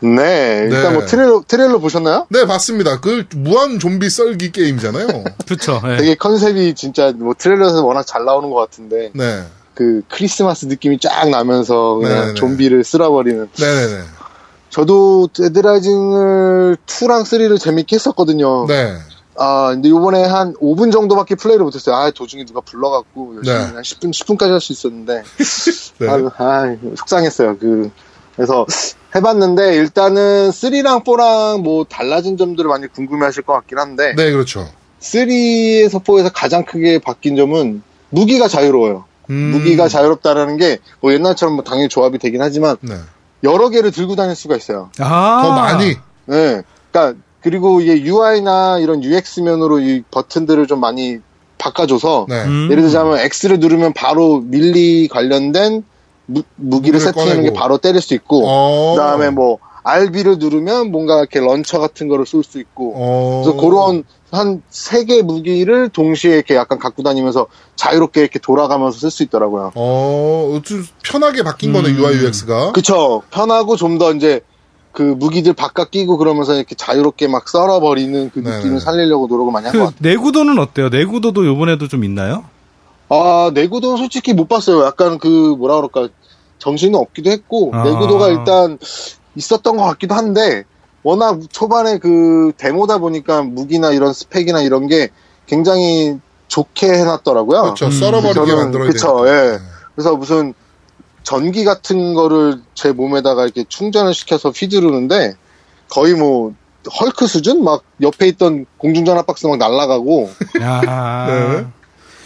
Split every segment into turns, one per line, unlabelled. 네, 일단
네.
뭐 트레일러, 트레일러 보셨나요?
네, 봤습니다. 그 무한 좀비 썰기 게임이잖아요.
그쵸.
네.
예.
되게 컨셉이 진짜 뭐 트레일러에서 워낙 잘 나오는 것 같은데
네.
그 크리스마스 느낌이 쫙 나면서 그냥
네네네.
좀비를 쓸어버리는
네네네.
저도 데드라이징을 2랑 3를 재밌게 했었거든요.
네.
아, 근데 요번에 한 5분 정도밖에 플레이를 못했어요. 아, 도중에 누가 불러갖고, 열심히
네.
한 10분, 10분까지 할 수 있었는데.
네.
아, 아, 속상했어요. 그, 그래서 해봤는데, 일단은 3랑 4랑 뭐 달라진 점들을 많이 궁금해 하실 것 같긴 한데,
네, 그렇죠.
3에서 4에서 가장 크게 바뀐 점은 무기가 자유로워요.
음.
무기가 자유롭다라는 게, 뭐 옛날처럼 뭐 당연히 조합이 되긴 하지만,
네.
여러 개를 들고 다닐 수가 있어요.
아.
더 많이.
네. 그러니까 그리고 이게 UI나 이런 UX 면으로 이 버튼들을 좀 많이 바꿔줘서
네.
음.
예를 들자면 X를 누르면 바로 밀리 관련된 무, 무기를
무기를
세팅하는 게
꺼내고.
바로 때릴 수 있고
어.
그다음에 뭐 RB를 누르면 뭔가 이렇게 런처 같은 거를 쏠 수 있고
어.
그래서 그런 한 세 개 무기를 동시에 이렇게 약간 갖고 다니면서 자유롭게 이렇게 돌아가면서 쓸 수 있더라고요.
어, 좀 편하게 바뀐 거네,
음.
UI, UX가.
그쵸. 편하고 좀 더 이제 그 무기들 바깥 끼고 그러면서 이렇게 자유롭게 막 썰어버리는 그
네네.
느낌을 살리려고 노력을 많이 한 것
그
같아요.
내구도는 어때요? 내구도도 요번에도 좀 있나요?
아, 내구도는 솔직히 못 봤어요. 약간 그 뭐라 그럴까. 정신은 없기도 했고,
아.
내구도가 일단 있었던 것 같기도 한데, 워낙 초반에 그 데모다 보니까 무기나 이런 스펙이나 이런 게 굉장히 좋게 해놨더라고요.
그렇죠.
음.
썰어버리게
저는-
만들어야 네. 되
그쵸, 예. 그래서 무슨 전기 같은 거를 제 몸에다가 이렇게 충전을 시켜서 휘두르는데 거의 뭐 헐크 수준 막 옆에 있던 공중전화 박스 막 날아가고 네.
야.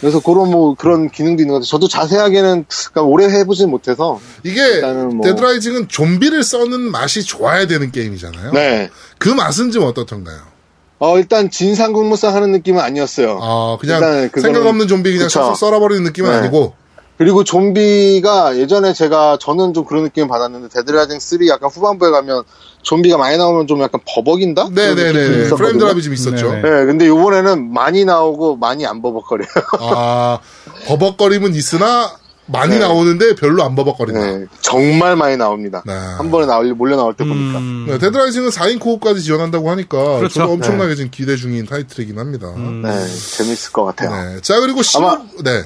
그래서 그런 뭐 그런 기능도 있는 것 같아요. 저도 자세하게는 그러니까 오래 해보진 못해서
이게
일단은 뭐-
데드라이징은 좀비를 써는 맛이 좋아야 되는 게임이잖아요.
네.
그 맛은 좀 어떻던가요?
어 일단 진상국무상 하는 느낌은 아니었어요.
아 그냥
일단은 그거는-
생각 없는 좀비 그냥
그쵸.
쏙쏙 썰어버리는 느낌은
네.
아니고
그리고 좀비가 예전에 제가 저는 좀 그런 느낌을 받았는데 데드라이징 3 약간 후반부에 가면 좀비가 많이 나오면 좀 약간 버벅인다? 그런 느낌이
네네네
있었거든요.
프레임 드랍이 좀 있었죠.
음. 네네.
네, 근데 요번에는 많이 나오고 많이 안 버벅거려요.
아 버벅거림은 있으나 많이
네.
나오는데 별로 안 버벅거린다.
네, 정말 많이 나옵니다.
네.
한 번에 나올 몰려 나올 때 보니까.
음.
네, 데드라이징은 4인 코어까지 지원한다고 하니까
그렇죠. 음.
저도 엄청나게 지금 기대 중인 타이틀이긴 합니다.
네, 재밌을 것 같아요.
음. 네. 자 그리고 시...
아마-
네.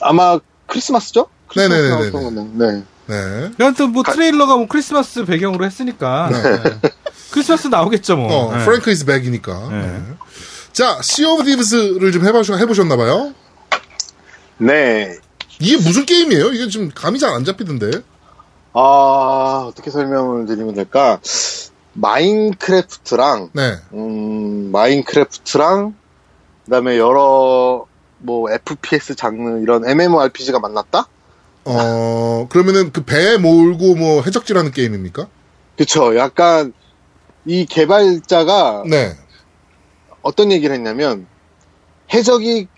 아마 크리스마스죠? 크리스마스
네네네네네.
나왔던 거는. 네.
네.
여하튼 뭐 트레일러가 뭐 크리스마스 배경으로 했으니까 네. 크리스마스 나오겠죠 뭐.
어,
네.
프랭크 이즈 백이니까.
네.
네. 자, 시 오브 디브스를 좀 해보셔, 해보셨나봐요.
네.
이게 무슨 게임이에요? 이게 지금 감이 잘 안 잡히던데.
아, 어떻게 설명을 드리면 될까? 마인크래프트랑,
네.
음, 마인크래프트랑, 그 다음에 여러, 뭐, FPS 장르, 이런 MMORPG가 만났다?
어, 그러면은 그 배 몰고 뭐 해적질하는 게임입니까?
그쵸. 약간, 이 개발자가
네.
어떤 얘기를 했냐면, 해적이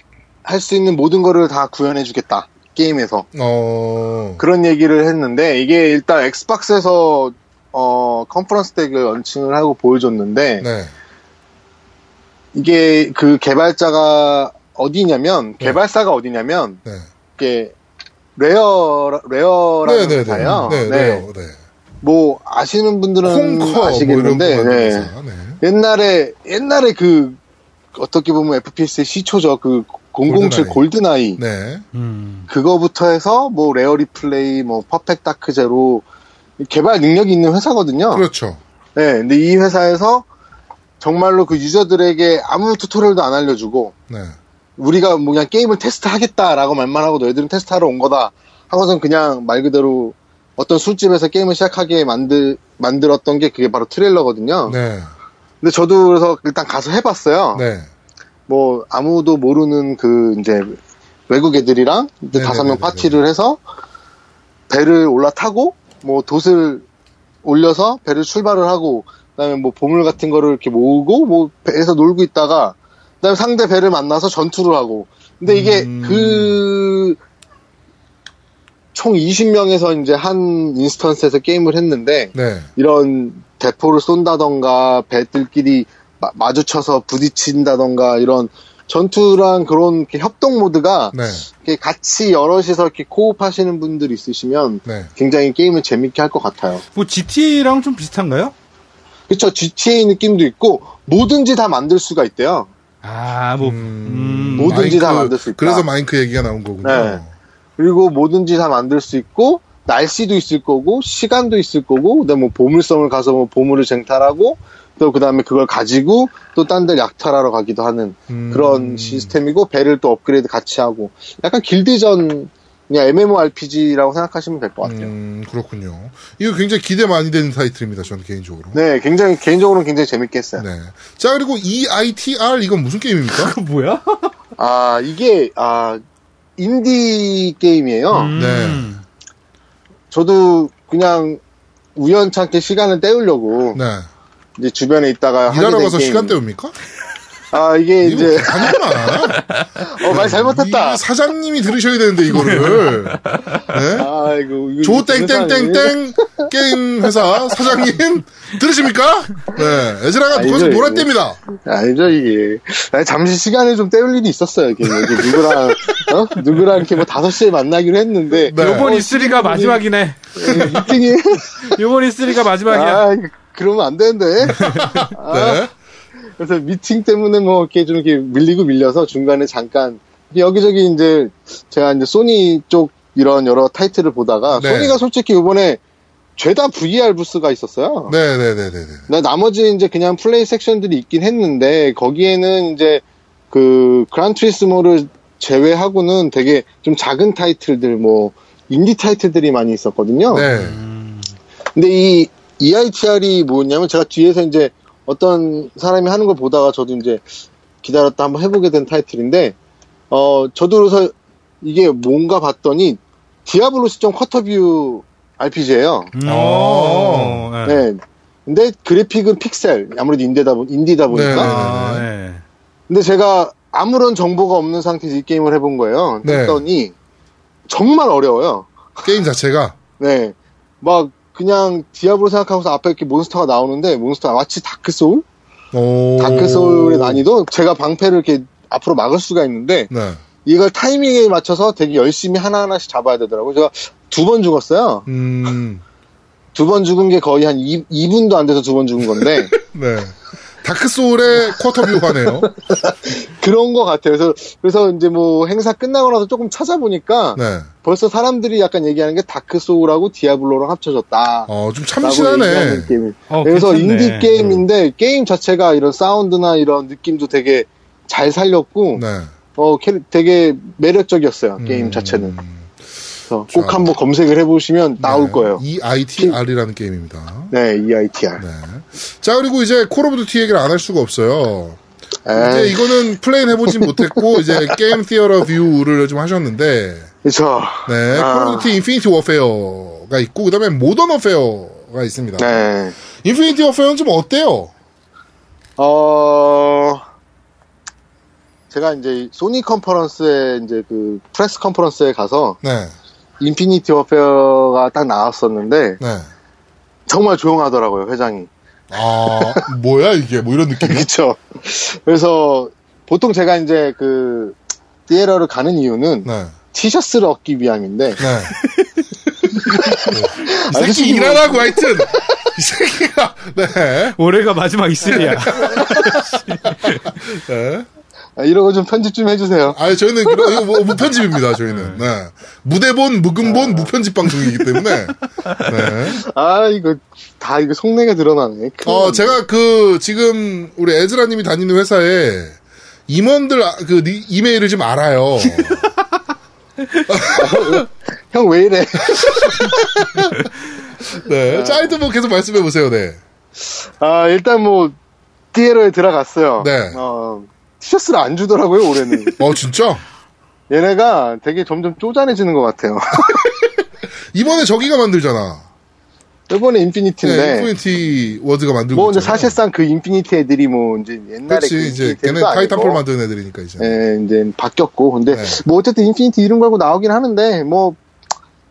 할 수 있는 모든 거를 다 구현해주겠다. 게임에서.
어,
그런 얘기를 했는데 이게 일단 엑스박스에서 어 컨퍼런스 덱을 런칭을 하고 보여줬는데
네.
이게 그 개발자가 어디냐면 개발사가 어디냐면
네.
이게 레어 레어라는
네네네.
회사예요.
네,
네.
네. 네.
뭐 아시는 분들은
콩커 뭐 이런
아시겠는데
거
네.
만드는 회사. 네.
옛날에 옛날에 그 어떻게 보면 FPS의 시초죠. 그 007
골드나이.
골드나이
네.
음.
그거부터 해서 뭐 레어 리플레이, 뭐 퍼펙트 다크 제로 개발 능력이 있는 회사거든요.
그렇죠.
네, 근데 이 회사에서 정말로 그 유저들에게 아무 튜토리얼도 안 알려주고
네.
우리가 뭐 그냥 게임을 테스트하겠다라고 말만 하고 너희들은 테스트하러 온 거다 하고선 그냥 말 그대로 어떤 술집에서 게임을 시작하게 만들 만들었던 게 그게 바로 트레일러거든요.
네.
근데 저도 그래서 일단 가서 어. 해봤어요.
네.
뭐 아무도 모르는 그 이제 외국 애들이랑 이제
네네네네.
다섯 명 파티를 해서 배를 올라타고 뭐 돛을 올려서 배를 출발을 하고 그다음에 뭐 보물 같은 거를 이렇게 모으고 뭐 배에서 놀고 있다가 그다음에 상대 배를 만나서 전투를 하고 근데 이게
음.
그 총 20명에서 이제 한 인스턴스에서 게임을 했는데
네.
이런 대포를 쏜다던가 배들끼리 마- 마주쳐서 부딪힌다던가 이런 전투랑 그런 이렇게 협동 모드가
네.
이렇게 같이 여럿이서 이렇게 코옵하시는 분들 있으시면
네.
굉장히 게임을 재밌게 할 것 같아요.
뭐 GTA랑 좀 비슷한가요?
그쵸 GTA 느낌도 있고 뭐든지 다 만들 수가 있대요.
아, 뭐, 음,
모든- 뭐든지 다 만들 수 있다.
그래서 마인크 얘기가 나온 거군요.
네. 그리고 뭐든지 다 만들 수 있고 날씨도 있을 거고 시간도 있을 거고 그다음 뭐 보물섬을 가서 뭐 보물을 쟁탈하고 또 그다음에 그걸 가지고 또 딴 데 약탈하러 가기도 하는
음.
그런 시스템이고 배를 또 업그레이드 같이 하고 약간 길드전 그냥 MMORPG라고 생각하시면 될 것 같아요.
음, 그렇군요. 이거 굉장히 기대 많이 되는 타이틀입니다. 저는 개인적으로.
네, 굉장히 개인적으로는 굉장히 재밌게 했어요.
네. 자 그리고 E EITR 이건 무슨 게임입니까?
그거 뭐야?
아 이게 아 인디 게임이에요.
음.
네.
저도 그냥 우연찮게 시간을 때우려고
네.
이제 주변에 있다가 하게
일하러
된
가서
아, 게임.
시간 때웁니까?
아 이게
이거
이제
아니구나.
어말 잘못했다.
이 사장님이 들으셔야 되는데 이거를. 네?
아이고 이거 그 회사에-
조땡땡땡땡 게임 회사 사장님 들으십니까? 네. 에즈라가
아,
거기서
이거,
놀아
이거.
뗍니다.
아니죠 이게 아니, 잠시 시간을 좀 때울 일이 있었어요 이게 여기 누구랑 어? 누구랑 이렇게 뭐 5시에 만나기로 했는데 어,
네.
요번 E E3가 마지막이네.
미팅이
요번 E E3가 마지막이야.
아 이거 그러면 안 되는데 아.
네.
그래서 미팅 때문에 뭐 이렇게 좀 이렇게 밀리고 밀려서 중간에 잠깐 여기저기 이제 제가 이제 소니 쪽 이런 여러 타이틀을 보다가
네.
소니가 솔직히 이번에 죄다 VR 부스가 있었어요.
네, 네, 네, 네, 네.
나 나머지 이제 그냥 플레이 섹션들이 있긴 했는데 거기에는 이제 그 그란트리스모를 제외하고는 되게 좀 작은 타이틀들 뭐 인디 타이틀들이 많이 있었거든요.
네.
음. 근데 이 EITR이 뭐였냐면 제가 뒤에서 이제 어떤 사람이 하는 걸 보다가 저도 이제 기다렸다 한번 해보게 된 타이틀인데 어 저도 그래서 이게 뭔가 봤더니 디아블로 시점 쿼터뷰 RPG예요.
음.
어.
네.
네. 근데 그래픽은 픽셀 아무래도 인디다 보- 인디다 보니까
아, 네.
근데 제가 아무런 정보가 없는 상태에서 이 게임을 해본 거예요.
네.
했더니 정말 어려워요.
게임 자체가
네. 막 그냥 디아블로 생각하고서 앞에 이렇게 몬스터가 나오는데 몬스터 마치 다크 소울?
오.
다크 소울의 난이도 제가 방패를 이렇게 앞으로 막을 수가 있는데
네.
이걸 타이밍에 맞춰서 되게 열심히 하나하나씩 잡아야 되더라고요. 제가 두 번 죽었어요.
음.
두 번 죽은 게 거의 한 2, 2분도 안 돼서 두 번 죽은 건데
네. 다크 소울의 쿼터뷰화네요.
그런 거 같아요. 그래서 그래서 이제 뭐 행사 끝나고 나서 조금 찾아보니까
네.
벌써 사람들이 약간 얘기하는 게 다크 소울하고 디아블로랑 합쳐졌다.
어, 좀
라고
참신하네.
얘기하는 게임.
어,
그래서
괜찮네.
인디 게임인데 게임 자체가 이런 사운드나 이런 느낌도 되게 잘 살렸고
네.
어 캐- 되게 매력적이었어요 게임
음.
자체는. 그래서
자.
꼭 한번 검색을 해보시면 나올
네.
거예요.
EITR이라는 게임입니다.
네, EITR.
네. 자, 그리고 이제 콜 오브 듀티 얘기를 안 할 수가 없어요. 이제 이거는 플레인 해보진 못했고, 이제 게임 티어러 뷰를 좀 하셨는데,
그렇죠.
네.
아.
콜 오브 듀티 인피니티 워페어가 있고, 그 다음에 모던 워페어가 있습니다.
네.
인피니티 워페어는 좀 어때요?
어 제가 이제 소니 컨퍼런스에 이제 그 프레스 컨퍼런스에 가서
네.
인피니티 워페어가 딱 나왔었는데
네.
정말 조용하더라고요 회장이.
아, 뭐야, 이게. 뭐 이런 느낌.
그렇죠. 그래서 보통 제가 이제 그 디에러를 가는 이유는
네.
티셔츠를 얻기 위함인데
네.
아,
이 새끼
솔직히
일하라고 하여튼 이 새끼가 네.
올해가 마지막 E E3야.
네.
아, 이런 거 좀 편집 좀 해주세요.
아니 저희는 그런 이거 뭐 무편집입니다 저희는 네. 무대본 묵음본 무편집 방송이기 때문에 네.
아 이거 다 이거 속내가 드러나네.
어 제가 그 지금 우리 에즈라님이 다니는 회사에 임원들 아- 그 니- 이메일을 좀 알아요
형 왜 이래?
네. 자 하여튼 뭐 계속 말씀해 보세요 네.
아 일단 뭐 디에러에 들어갔어요.
네.
어, 티셔츠를 안 주더라고요 올해는.
어 진짜
얘네가 되게 점점 쪼잔해지는 것 같아요.
이번에 저기가 만들잖아
이번에
네,
인피니티인데
인피니티 워드가 만들고
뭐 이제
있잖아요.
사실상 그 인피니티 애들이 뭐 이제 옛날에 그
그렇지 이제
인피니티
걔네
애들도
타이탄폴
아니고
만드는 애들이니까 이제
예, 이제 바뀌었고 근데
네.
뭐 어쨌든 인피니티 이름 걸고 나오긴 하는데 뭐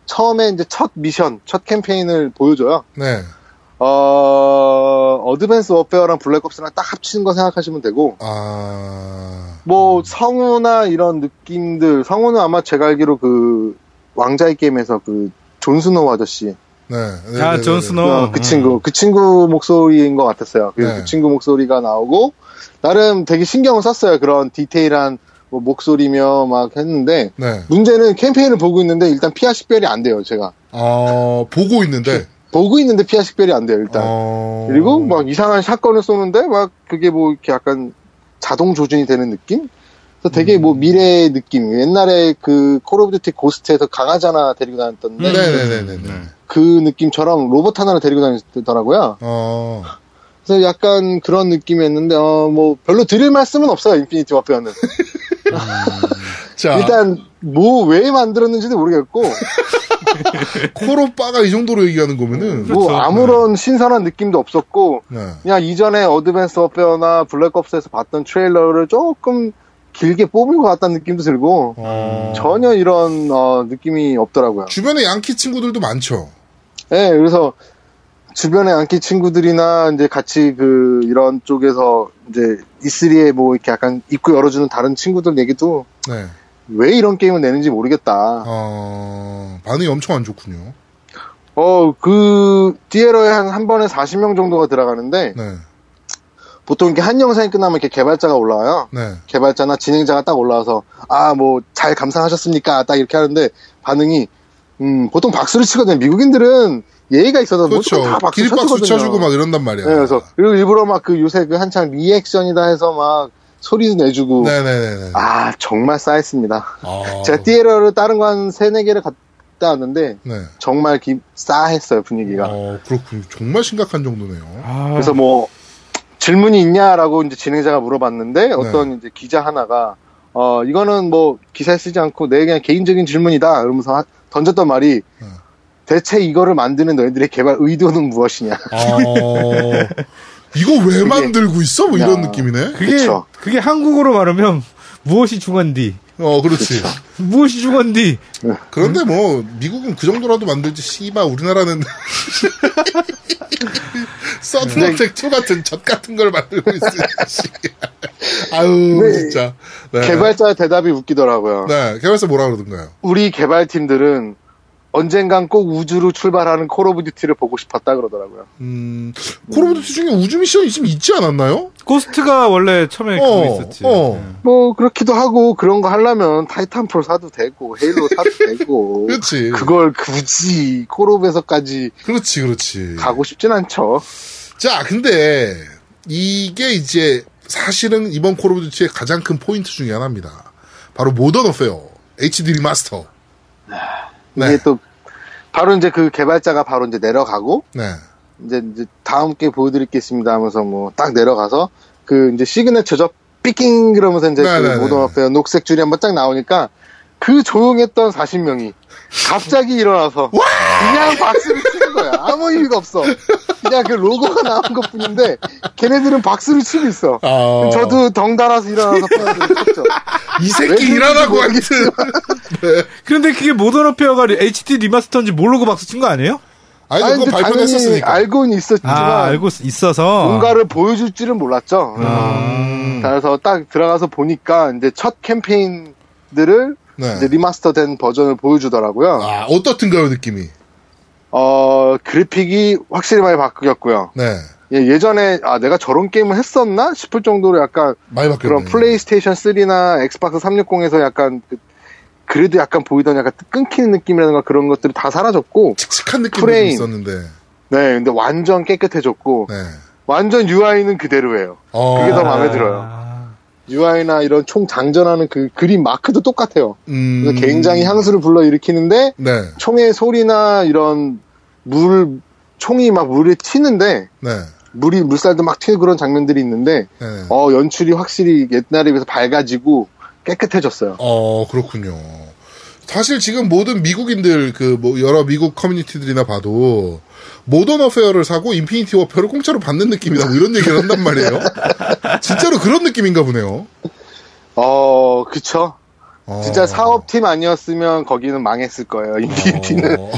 처음에 이제 첫 미션, 첫 캠페인을 보여줘요.
네.
어 어드밴스 워페어랑 블랙옵스랑 딱 합치는 거 생각하시면 되고
아
뭐 성우나 이런 느낌들 성우는 아마 제가 알기로 그 왕자의 게임에서 그 존스노 아저씨
네. 네,
자,
네,
존
네, 네.
스노.
어, 그
음.
친구 그 친구 목소리인 것 같았어요. 그래서
네.
그 친구 목소리가 나오고 나름 되게 신경을 썼어요. 그런 디테일한 뭐 목소리며 막 했는데
네.
문제는 캠페인을 보고 있는데 일단 피아 식별이 안 돼요. 제가
어, 보고 있는데.
보고 있는데 피아 식별이 안 돼요. 일단
어...
그리고 뭐 막 이상한 샷건을 쏘는데 막 그게 뭐 이렇게 약간 자동 조준이 되는 느낌? 그래서 되게
음.
뭐 미래의 느낌. 옛날에 그 콜 오브 듀티 고스트에서 강아지 하나 데리고 다녔던데
음.
네네네네.
네.
네.
그 느낌처럼 로봇 하나를 데리고 다니더라고요.
어.
그래서 약간 그런 느낌이었는데 어 뭐 별로 드릴 말씀은 없어요. 인피니티 와페어는.
자,
일단 뭐 왜 만들었는지도 모르겠고 뭐
코로빠가 이 정도로 얘기하는 거면은.
뭐 아무런 신선한 느낌도 없었고
네.
그냥 이전에 어드밴스 워페어나 블랙옵스에서 봤던 트레일러를 조금 길게 뽑은 것 같다는 느낌도 들고
어.
전혀 이런 어, 느낌이 없더라고요.
주변에 양키 친구들도 많죠.
예, 그래서 주변에 안키 친구들이나 이제 같이 그 이런 쪽에서 이제 E3에 뭐 이렇게 약간 입구 열어주는 다른 친구들 얘기도
네.
왜 이런 게임을 내는지 모르겠다.
어, 반응이 엄청 안 좋군요.
어, 그, 디에러에 한, 한 번에 40명 정도가 들어가는데,
네.
보통 이렇게 한 영상이 끝나면 이렇게 개발자가 올라와요.
네.
개발자나 진행자가 딱 올라와서 아 뭐 잘 감상하셨습니까 딱 이렇게 하는데 반응이 음 보통 박수를 치거든요 미국인들은 예의가 있어서
그렇죠.
뭐다 박수
기립박수
쳐주거든요.
쳐주고 막 이런단 말이야.
네, 그래서 그리고 일부러 막 그 요새 그 한창 리액션이다 해서 막 소리도 내주고
네네네네.
아 정말 싸했습니다
아.
제가 띠에러를 다른 거 한 세네 개를 갔다 왔는데
네.
정말 기, 싸했어요 분위기가
어, 그렇군요. 정말 심각한 정도네요.
아,
그래서 뭐 질문이 있냐라고 이제 진행자가
네.
물어봤는데 어떤 이제 기자 하나가 어 이거는 뭐 기사에 쓰지 않고 내 그냥 개인적인 질문이다 이러면서 하- 던졌던 말이
네.
대체 이거를 만드는 너희들의 개발 의도는 무엇이냐
어, 이거 왜 만들고 있어? 뭐
야.
이런 느낌이네.
그게
그쵸.
그게 한국어로 말하면 무엇이 중한디
어, 그렇지.
무엇이 중한디
그런데 뭐 미국은 그 정도라도 만들지 씨바 우리나라는 서든어택 2 같은 젖 같은 걸 만들고 있으니 씨. 아유
네.
진짜 네.
개발자의 대답이 웃기더라고요
네 개발사 뭐라 그러던가요?
우리 개발팀들은 언젠간 꼭 우주로 출발하는 콜 오브 듀티를 보고 싶었다 그러더라고요
음 콜오브듀티 중에 우주 미션이 지금 있지 않았나요?
고스트가 원래 처음에
어,
네, 그거 있었지
어.
네.
뭐 그렇기도 하고 그런 거 하려면 타이탄폴 사도 되고 헤일로 사도 되고
그렇지
그걸 굳이 콜 오브에서까지
그렇지 그렇지
가고 싶진 않죠
자, 근데 이게 이제 사실은 이번 콜 오브 듀티의 가장 큰 포인트 중에 하나입니다. 바로 모던 어페어 HD 리마스터. 네.
이게 또 바로 이제 그 개발자가 바로 이제 내려가고
네.
이제, 이제 다음 게 보여드릴 게 있습니다 하면서 뭐 딱 내려가서 그 이제 시그네처죠 삐깅 그러면서 이제
네, 네, 네.
그 모던 앞에 녹색 줄이 한번 딱 나오니까 그 조용했던 40명이 갑자기 일어나서 그냥 박수를 치는 거야 아무 의미가 없어 그냥 그 로고가 나온 것 뿐인데 걔네들은 박수를 치고 있어
아,
저도 덩달아서 일어나서 박수를 쳤죠
이
왜
새끼
그런지
일하라고 하는
그런데 그게 모던 어페어가 HD 리마스터인지 모르고 박수 친 거 아니에요?
아니,
아니,
그건
근데 당연히
발표했었으니까.
알고는 있었지만
아 알고 아. 있- 있어서
뭔가를 보여줄 줄은 몰랐죠. 음. 그래서 딱 들어가서 보니까 이제 첫 캠페인들을
네.
이제 리마스터된 버전을 보여주더라고요.
아, 어떻든가요, 느낌이.
어, 그래픽이 확실히 많이 바뀌었고요.
네.
예, 전에 아, 내가 저런 게임을 했었나 싶을 정도로 약간
많이 바뀌었네.
그런 플레이스테이션 3나 엑스박스 360에서 약간 그, 그래도 약간 보이던 약간 끊기는 느낌이라든가 그런 것들이 다 사라졌고,
칙칙한 느낌이 좀
프레임.
있었는데.
네, 근데 완전 깨끗해졌고,
네.
완전 UI는 그대로예요.
어,
그게 더 마음에 들어요.
아,
UI나 이런 총 장전하는 그 그림 마크도 똑같아요.
음.
그래서 굉장히 향수를 불러일으키는데
네.
총의 소리나 이런 물 총이 막 물에 튀는데
네.
물이 물살도 막 튀는 그런 장면들이 있는데
네. 어,
어 연출이 확실히 옛날에 비해서 밝아지고 깨끗해졌어요.
그렇군요. 사실 지금 모든 미국인들, 그, 뭐, 여러 미국 커뮤니티들이나 봐도, 모던 어페어를 사고 인피니티 워페어를 공짜로 받는 느낌이다, 뭐 이런 얘기를 한단 말이에요. 진짜로 그런 느낌인가 보네요.
어 그쵸.
어.
진짜 사업팀 아니었으면 거기는 망했을 거예요. 인피니티는.
어.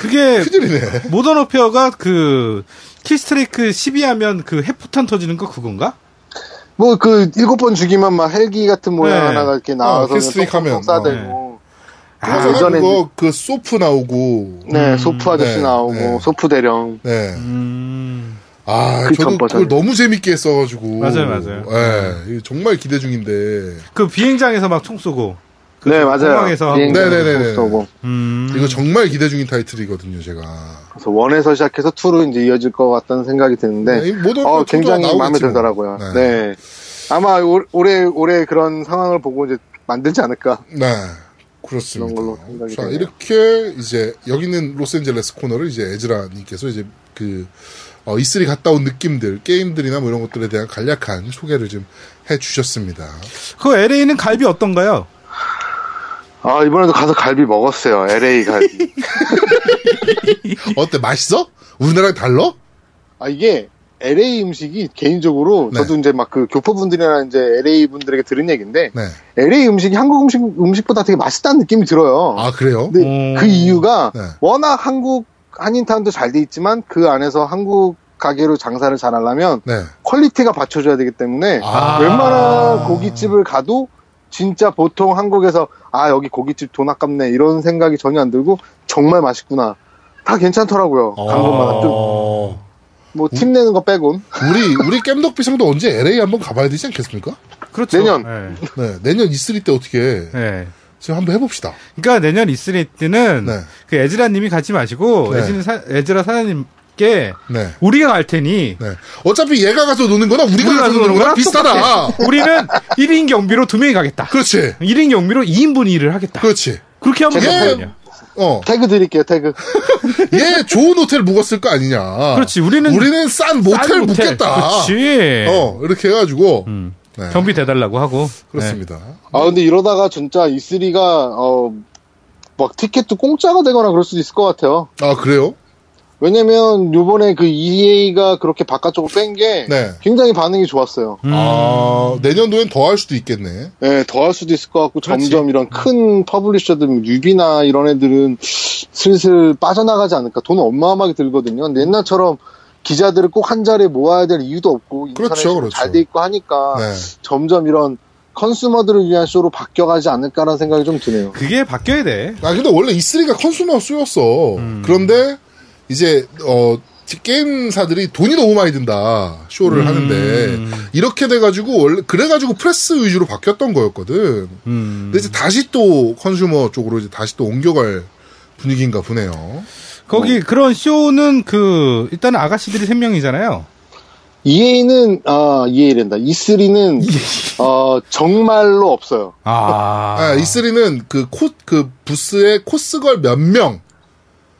그게
큰일이네.
모던 어페어가 그 키스트레이크 12 하면 그 해포탄 터지는 거 그건가?
뭐 그 일곱 번 죽이면 막 헬기 같은 모양
네.
하나가 이렇게 나와서
어, 캐스트릭 하면.
싸대고
아,
그 전에
그거 그 소프 나오고
네
음,
소프 아저씨
네,
나오고
네.
소프 대령
네.
음.
아,
그
저도
전버전.
그걸 너무 재밌게 했어가지고.
맞아요, 맞아요.
예, 이거 정말 기대 중인데.
그 비행장에서 막 총 쏘고.
네 맞아요
공항에서.
네네네네.
비행기에서 쏘고
음.
이거 정말 기대 중인 타이틀이거든요, 제가.
그래서 원에서 시작해서 투로 이제 이어질 것 같다는 생각이 드는데
네, 모든
어
또
굉장히
나오겠지
마음에
뭐.
들더라고요
네.
네, 아마 올- 올해 올해 그런 상황을 보고 이제 만들지 않을까
네. 그렇습니다.
그런 걸로 생각이
자,
되네요.
이렇게 이제 여기 있는 로스앤젤레스 코너를 이제 에즈라님께서 이제 그 어, E3 갔다 온 느낌들, 게임들이나 뭐 이런 것들에 대한 간략한 소개를 좀 해주셨습니다.
그 LA는 갈비 어떤가요?
아 이번에도 가서 갈비 먹었어요 LA 갈비
어때 맛있어? 우리나라랑 달라?
아 이게 LA 음식이 개인적으로
네.
저도 이제 막 그 교포분들이나 이제 LA 분들에게 들은 얘기인데
네.
LA 음식이 한국 음식 음식보다 되게 맛있다는 느낌이 들어요.
아 그래요?
근데
오.
그 이유가
네.
워낙 한국 한인타운도 잘 돼 있지만 그 안에서 한국 가게로 장사를 잘 하려면
네.
퀄리티가 받쳐줘야 되기 때문에
아.
웬만한 고깃집을 가도 진짜 보통 한국에서 아 여기 고깃집 돈 아깝네 이런 생각이 전혀 안 들고 정말 맛있구나 다 괜찮더라고요
어.
간 곳마다
어.
뭐팀 내는 거 빼곤
우리 우리 겜덕비 상도 언제 LA 한번 가봐야 되지 않겠습니까?
그렇죠.
내년.
네.
네, 내년 E3 때 어떻게
네.
지금 한번 해봅시다.
그러니까 내년 E3 때는
네.
그 에즈라님이 가지 마시고
네.
에즈라, 사, 에즈라 사장님께
네,
우리가 갈 테니
네. 어차피 얘가 가서 노는 거나 우리가
우리가
가서 노는 거나
거랑
비슷하다.
똑같아. 우리는 1인 경비로 두 명이 가겠다.
그렇지,
1인 경비로 2인분이 일을 하겠다.
그렇지.
그, 렇게 하면
제가
되거든요.
어,
태그 드릴게요 태그
얘 좋은 호텔 묵었을 거 아니냐.
그렇지, 우리는
우리는 싼 모텔
싼 호텔.
그 묵겠다.
그렇지. 네.
어, 이렇게 해가지고
음.
네.
경비 대달라고 하고.
그렇습니다.
아 근데 이러다가 진짜 E3가 어, 어막 티켓도 공짜가 되거나 그럴 수도 있을 것 같아요.
아 그래요?
왜냐면 요번에 그 EA가 그렇게 바깥쪽으로 뺀 게
네.
굉장히 반응이 좋았어요.
음.
아 내년도엔 더 할 수도 있겠네.
예, 더 할 수도 있을 것 같고
그렇지.
점점
음.
이런 큰 퍼블리셔들 뭐 유비나 이런 애들은 슬슬 빠져나가지 않을까. 돈 어마어마하게 들거든요. 근데 옛날처럼 기자들을 꼭 한 자리에 모아야 될 이유도 없고
그렇죠, 그렇죠.
잘돼 있고 하니까
네.
점점 이런 컨슈머들을 위한 쇼로 바뀌어가지 않을까라는 생각이 좀 드네요.
그게 바뀌어야 돼.
아 근데 원래 E3가 컨슈머 쇼였어. 그런데 이제 어 게임사들이 돈이 너무 많이 든다 쇼를 하는데 이렇게 돼가지고 원래 그래가지고 프레스 위주로 바뀌었던 거였거든.
음.
근데 이제 다시 또 컨슈머 쪽으로 이제 다시 또 옮겨갈 분위기인가 보네요.
거기 그런 쇼는 그 일단은 아가씨들이 세 명이잖아요.
EA는 E 아 EA랜다. E3는 어 정말로 없어요.
아.
아, E3는 그 코 그 부스에 코스걸 몇 명.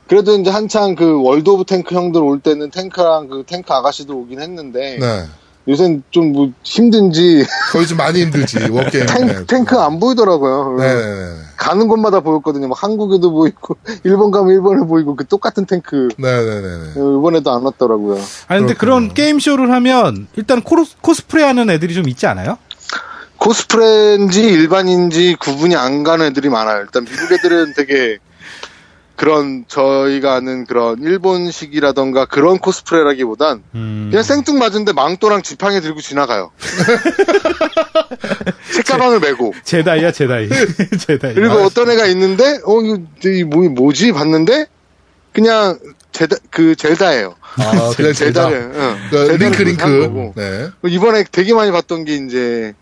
그래도 이제 한창 그 월드 오브 탱크 형들 올 때는 탱크랑 그 탱크 아가씨들 오긴 했는데
네.
요새는 좀 뭐 힘든지
거의 좀 많이 힘들지 워게임.
탱, 탱크 안 보이더라고요.
네, 네네네.
가는 곳마다 보였거든요. 막 한국에도 보이고 일본 가면 일본에 보이고 그 똑같은 탱크
네네네.
어, 이번에도 안 왔더라고요.
아니 근데 그런 게임 쇼를 하면 일단 코스, 코스프레하는 애들이 좀 있지 않아요?
코스프레인지 일반인지 구분이 안 가는 애들이 많아요. 일단 미국 애들은 되게 그런 저희가 아는 그런 일본식이라던가 그런 코스프레라기보단
음.
그냥 생뚱맞은데 망토랑 지팡이 들고 지나가요. 책가방을 메고.
제다이야 제다이. 제다이.
네.
그리고
아,
어떤 애가 있는데 어 이거 이 뭐, 뭐지 봤는데 그냥 제다 그 젤다예요.
아 그냥 제다.
젤다를. 응.
그
젤다를
링크
한 거고.
링크. 네.
이번에 되게 많이 봤던 게 이제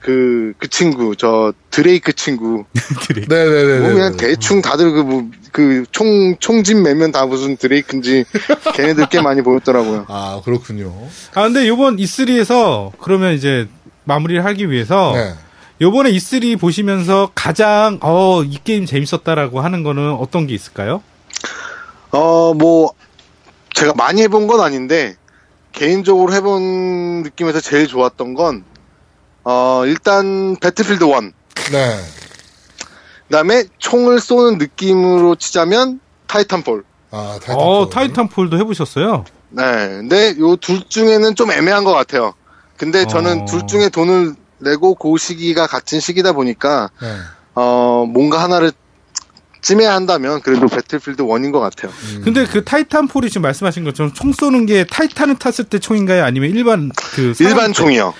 그 그 친구 저 드레이크 친구
드레이크.
네네네.
뭐 그냥
네
대충 다들 그뭐그총 총집 매면 다 무슨 드레이크인지 걔네들 꽤 많이 보였더라고요.
아 그렇군요.
아 근데 요번 E3에서 그러면 이제 마무리를 하기
어.
위해서
네.
요번에 E3 보시면서 가장 어 이 게임 재밌었다라고 하는 거는 어떤 게 있을까요?
어 뭐 제가 많이 해본 건 아닌데 개인적으로 해본 느낌에서 제일 좋았던 건 어, 일단 배틀필드 1
네.
그다음에 총을 쏘는 느낌으로 치자면 타이탄볼
아 타이탄.
어 타이탄폴도 해보셨어요?
네, 근데 요 둘 중에는 좀 애매한 것 같아요. 근데 저는
어.
둘 중에 돈을 내고 그 시기가 같은 시기다 보니까
네.
어 뭔가 하나를 찜해야 한다면 그래도 배틀필드 1인 것 같아요.
음.
근데 그 타이탄폴이 지금 말씀하신 것처럼 총 쏘는 게 타이탄을 탔을 때 총인가요? 아니면 일반 그 사람-
일반 총이요.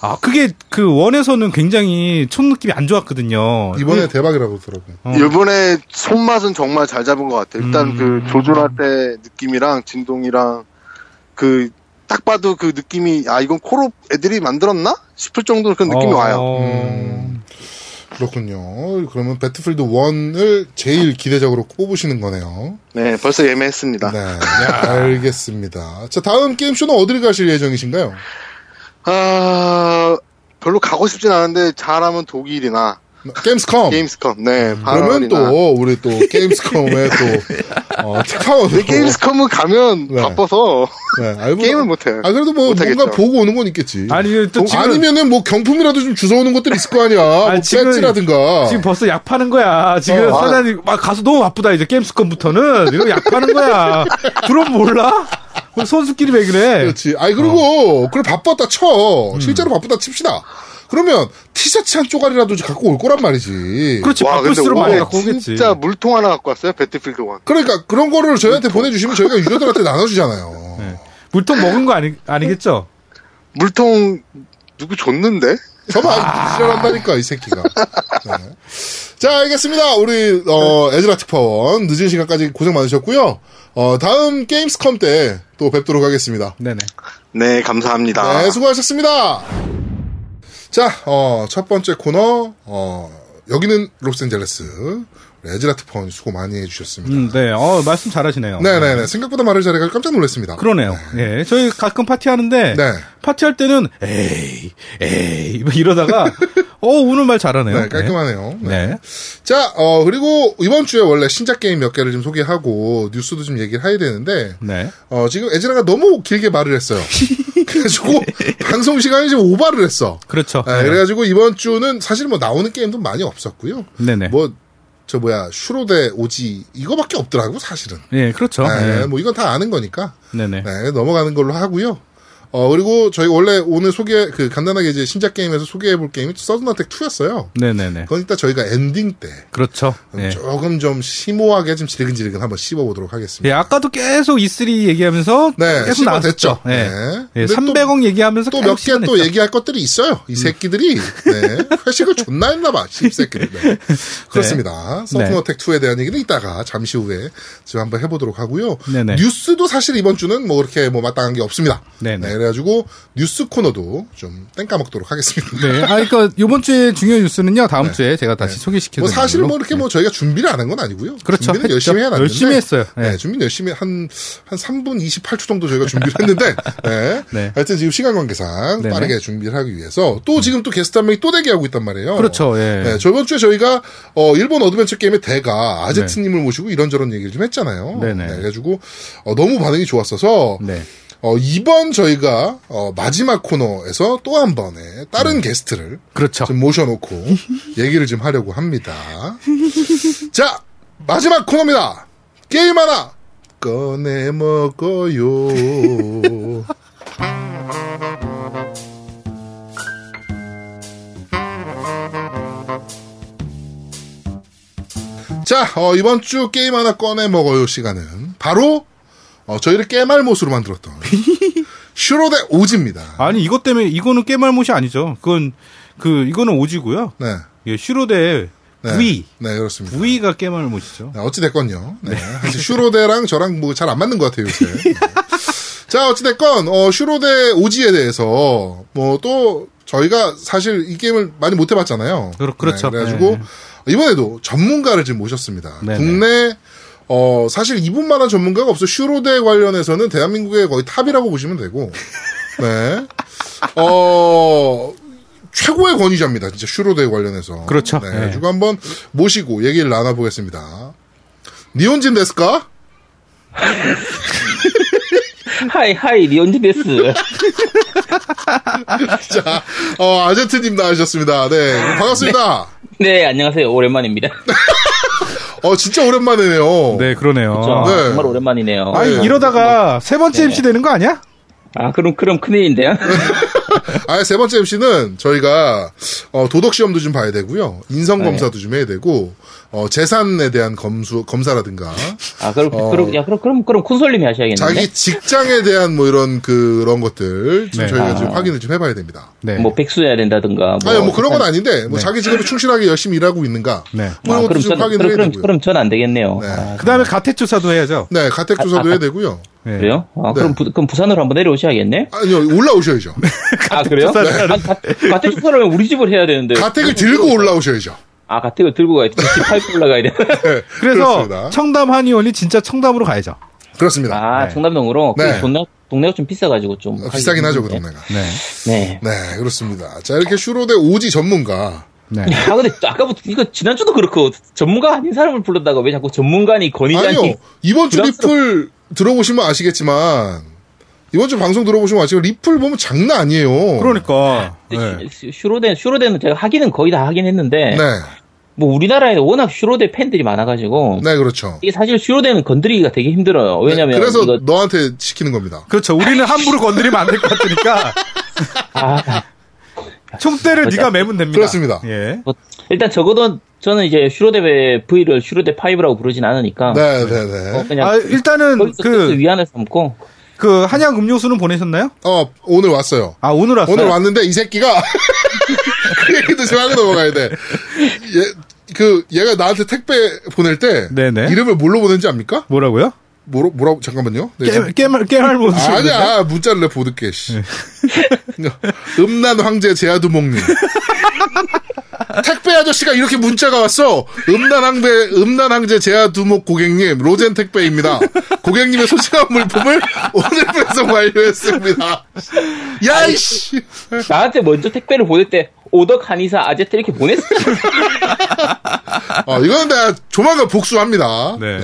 아, 그게 그 원에서는 굉장히 총 느낌이 안 좋았거든요.
음. 이번에 대박이라고 들었고.
어.
이번에 손맛은 정말 잘 잡은 것 같아요. 일단
음.
그 조준할 때 느낌이랑 진동이랑 그 딱 봐도 그 느낌이 아 이건 코로 애들이 만들었나 싶을 정도로 그런 느낌이
어,
와요.
음. 그렇군요. 그러면 배트필드 1을 제일 기대적으로 뽑으시는 거네요.
네, 벌써 예매했습니다.
네, 알겠습니다. 자, 다음 게임쇼는 어디를 가실 예정이신가요?
아 별로 가고 싶진 않은데 잘하면 독일이나
게임스컴.
게임스컴, 네,
어.
음.
그러면
바람이나.
또 우리 또 게임스컴에 또 어, 특파원으로
근데 게임스컴은 가면
네.
바빠서
네, 알고
게임을 못해요.
아 그래도 뭐
못하겠죠.
뭔가 보고 오는 건 있겠지.
아니, 또 지금,
면은뭐 경품이라도 좀 주워오는 것들 있을 거 아니야. 뭐
아니, 지금-
배지라든가.
지금 벌써 약 파는 거야. 지금
어.
사장이 막 가서 너무 바쁘다. 이제 게임스컴부터는. 이러고 약 파는 거야. 들어면 몰라? 오늘 선수끼리 왜 그래?
그렇지. 아니 그리고
어.
그걸 바빴다 쳐.
음.
실제로 바쁘다 칩시다. 그러면 티셔츠 한 쪼가리라도 갖고 올 거란 말이지.
그렇지.
와, 근데
바쁠수록 많이
오늘
갖고 오겠지.
진짜 뭐 물통 하나 갖고 왔어요. 배틀필드 1.
러니까 그런 거를 저희한테 보내주시면 저희가 유저들한테 나눠주잖아요.
네. 물통 먹은 거 아니, 아니겠죠?
물통 누구 줬는데?
저만 지랄한다니까 이 새끼가. 네. 자 알겠습니다. 우리 어, 에즈라 특파원 늦은 시간까지 고생 많으셨고요. 어, 다음 게임스컴 때 또 뵙도록 하겠습니다.
네네.
네, 감사합니다.
아.
네, 수고하셨습니다. 자, 어, 첫 번째 코너, 어, 여기는 로스앤젤레스. 레지라트펀 수고 많이 해주셨습니다.
음, 네. 어, 말씀 잘하시네요.
네네네. 생각보다 말을 잘해가지고 깜짝 놀랐습니다.
그러네요. 예. 저희 가끔 파티하는데,
네.
파티할 때는, 에이, 에이, 막 이러다가, 어, 오늘 말 잘하네요.
네, 깔끔하네요. 네.
네. 네.
자, 어, 그리고 이번 주에 원래 신작 게임 몇 개를 좀 소개하고, 뉴스도 좀 얘기를 해야 되는데,
네.
어, 지금 에즈라가 너무 길게 말을 했어요. 그래가지고, 방송 시간이 지금 오바를 했어.
네. 그렇죠.
네, 그래가지고 이번 주는 사실 뭐 나오는 게임도 많이 없었고요.
네네.
뭐 저 뭐야 슈로데 오지 이거밖에 없더라고 사실은.
예, 그렇죠.
네,
네.
뭐 이건 다 아는 거니까
네네.
네, 넘어가는 걸로 하고요. 어 그리고 저희 원래 오늘 소개 그 간단하게 이제 신작 게임에서 소개해 볼 게임이 서든어택 2였어요.
네네네.
그건 이따 저희가 엔딩 때
그렇죠.
음,
예.
조금 좀 심오하게 좀 지르근지르근 한번 씹어 보도록
예,
하겠습니다.
아까도 계속 E3 얘기하면서
네,
계속
시간
나왔었죠.
됐죠.
예.
네.
예,
근데 또-
300억 얘기하면서 음.
또
계속
몇 개 또
시간했죠.
얘기할 것들이 있어요. 이 새끼들이 네, 회식을 존나 했나봐. 십새끼들. 네. 그렇습니다. 서든어택 2에 대한 얘기는 이따가 잠시 후에 지금 한번 해보도록 하고요.
네네.
뉴스도 사실 이번 주는 뭐 그렇게 뭐 마땅한 게 없습니다.
네네.
네, 그래가지고 뉴스 코너도 좀 땡까먹도록 하겠습니다.
네. 아, 그러니까 이번 주에 중요한 뉴스는요. 다음 주에 제가 다시 소개시켜 드릴게요.
네.
네.
뭐 사실 뭐 이렇게 뭐 저희가 준비를 안 한 건 아니고요.
그렇죠.
준비는
했죠.
열심히 해놨는데
열심히 했어요. 네.
네, 준비는 열심히 한한 3분 28초 정도 저희가 준비를 했는데 네.
네.
하여튼 지금 시간 관계상
네네.
빠르게 준비를 하기 위해서 또 지금 또 게스트 한 명이 또 대기하고 있단 말이에요.
그렇죠. 예.
네, 저번 주에 저희가 어, 일본 어드벤처 게임의 대가 아제트님을 모시고 이런저런 얘기를 좀 했잖아요.
네. 네네.
그래가지고 어, 너무 반응이 좋았어서
네.
어, 이번 저희가 어, 마지막 코너에서 또 한 번의 다른 게스트를
그렇죠.
좀 모셔놓고 얘기를 좀 하려고 합니다. 자 마지막 코너입니다. 게임 하나 꺼내 먹어요. 자 어, 이번 주 게임 하나 꺼내 먹어요 시간은 바로 어, 저희를 깨말못으로 만들었던 슈로데 오지입니다.
아니, 이것 때문에 이거는 깨말못이 아니죠. 그건 그 이거는 오지고요.
네,
예, 슈로데
네,
V.
네 그렇습니다.
V가 깨말못이죠.
네, 어찌됐건요. 네. 사실 슈로데랑 저랑 뭐 잘 안 맞는 것 같아요, 요새. 네. 자, 어찌됐건, 어, 슈로데 오지에 대해서, 뭐 또, 저희가 사실 이 게임을 많이 못 해봤잖아요.
그렇- 그렇죠.
네, 그래가지고,
네.
이번에도 전문가를 지금 모셨습니다.
네네.
국내, 어, 사실 이분만한 전문가가 없어요. 슈로데 관련해서는 대한민국의 거의 탑이라고 보시면 되고, 네. 어, 최고의 권위자입니다. 진짜 슈로데에 관련해서.
그렇죠.
네,
네.
그래가지고 한번 모시고 얘기를 나눠보겠습니다. 니혼진 데스까?
はいはい、リオンジです。
자, 어, 아제트님 나오셨습니다. 네, 반갑습니다.
ねえ、안녕하세요。오랜만입니다
어, 진짜 오랜만이네요.
네, 그러네요.
저
어. 네. 뭐.
정말 오랜만이네요. 네.
아니, 이러다가 세 번째 MC 되는 거 아니야?
아, 그럼, 그럼 큰일인데요?
아예 세 번째 MC는 저희가 어, 도덕 시험도 좀 봐야 되고요.
네.
인성 검사도 좀 해야 되고 어, 재산에 대한 검수 검사라든가
아, 그럼, 그럼, 야, 그럼, 그럼, 그럼 콘솔님이 하셔야겠는데.
어. 자기 직장에 대한 뭐 이런 그런 것들 좀
네.
저희가
아.
좀 확인을 좀 해봐야 됩니다.
네.
뭐 백수해야 된다든가.
아니 뭐 그런 건 아닌데 뭐
네.
자기 직업에 충실하게 열심히 일하고 있는가
네.
뭐 이런
아,
것도
그럼
좀
전,
확인을
그럼,
해야
그럼,
되고요.
그럼 전 안 되겠네요.
네.
아,
그 다음에 가태조사도 해야죠.
네 가택 조사도 해야 되고요.
네.
그래요? 아, 그럼, 부, 그럼 부산으로 한번 내려오셔야겠네?
아니요 올라오셔야죠.
아, 그래요?
조사를
아, 가- 가택 조사를 하면 우리 집을 해야 되는데.
가택을 들고 올라오셔야죠.
아, 가택을 들고 가야 돼. 집 파이프 올라가야 돼.
네,
그래서
그렇습니다.
청담 한의원이 진짜 청담으로 가야죠.
그렇습니다.
아, 청담동으로?
네.
그 동네, 동네가 좀 비싸가지고 좀.
어, 비싸긴 하죠 그
네.
동네가.
네.
네.
네 그렇습니다. 자 이렇게 슈로대 오지 전문가
네.
아, 근데 아까부터, 이거 지난주도 그렇고, 전문가 아닌 사람을 불렀다가 왜 자꾸 전문가니 건의자니.
아니요 이번 주
부담스럽-
리플 들어보시면 아시겠지만 이번 주 방송 들어보시면 아시겠지만 리플 보면 장난 아니에요.
그러니까. 네.
슈- 슈- 슈로덴, 슈로덴은 제가 하기는 거의 다 하긴 했는데,
네,
뭐 우리나라에 워낙 슈로덴 팬들이 많아가지고,
네 그렇죠.
이게 사실 슈로덴은 건드리기가 되게 힘들어요. 왜냐면,
네, 그래서
이거,
너한테 시키는 겁니다.
그렇죠. 우리는 함부로 건드리면 안 될 것 같으니까
아,
총대를
그렇죠.
네가 매면 됩니다.
그렇습니다.
예.
뭐, 일단 적어도 저는 이제 슈로덴의 V를 슈로덴 5라고 부르진 않으니까,
네, 네, 네.
어, 그냥
아, 일단은
거기서 그,
그,
위안을 삼고,
그 한약 음료수는 보내셨나요?
어 오늘 왔어요.
아, 오늘 왔어요.
오늘 왔는데 이 새끼가 그 얘기도 좀 하고 넘어가야 돼. 얘, 그 얘가 나한테 택배 보낼 때
네네.
이름을 뭘로 보낸지 압니까?
뭐라고요?
뭐로 뭐라고 잠깐만요. 네,
깨, 깨말, 깨말 모습.
아, 아니야 문자를 내 보드게 씨.
네.
음란 황제 제아두목님 택배 아저씨가 이렇게 문자가 왔어 음란 황제 음란 황제 제아두목 고객님 로젠 택배입니다 고객님의 소중한 물품을 오늘 배송 완료했습니다 야이씨
나한테 먼저 택배를 보낼 때, 오덕 한의사 아제트 이렇게 보냈어.
어, 이거는 내가 조만간 복수합니다
네.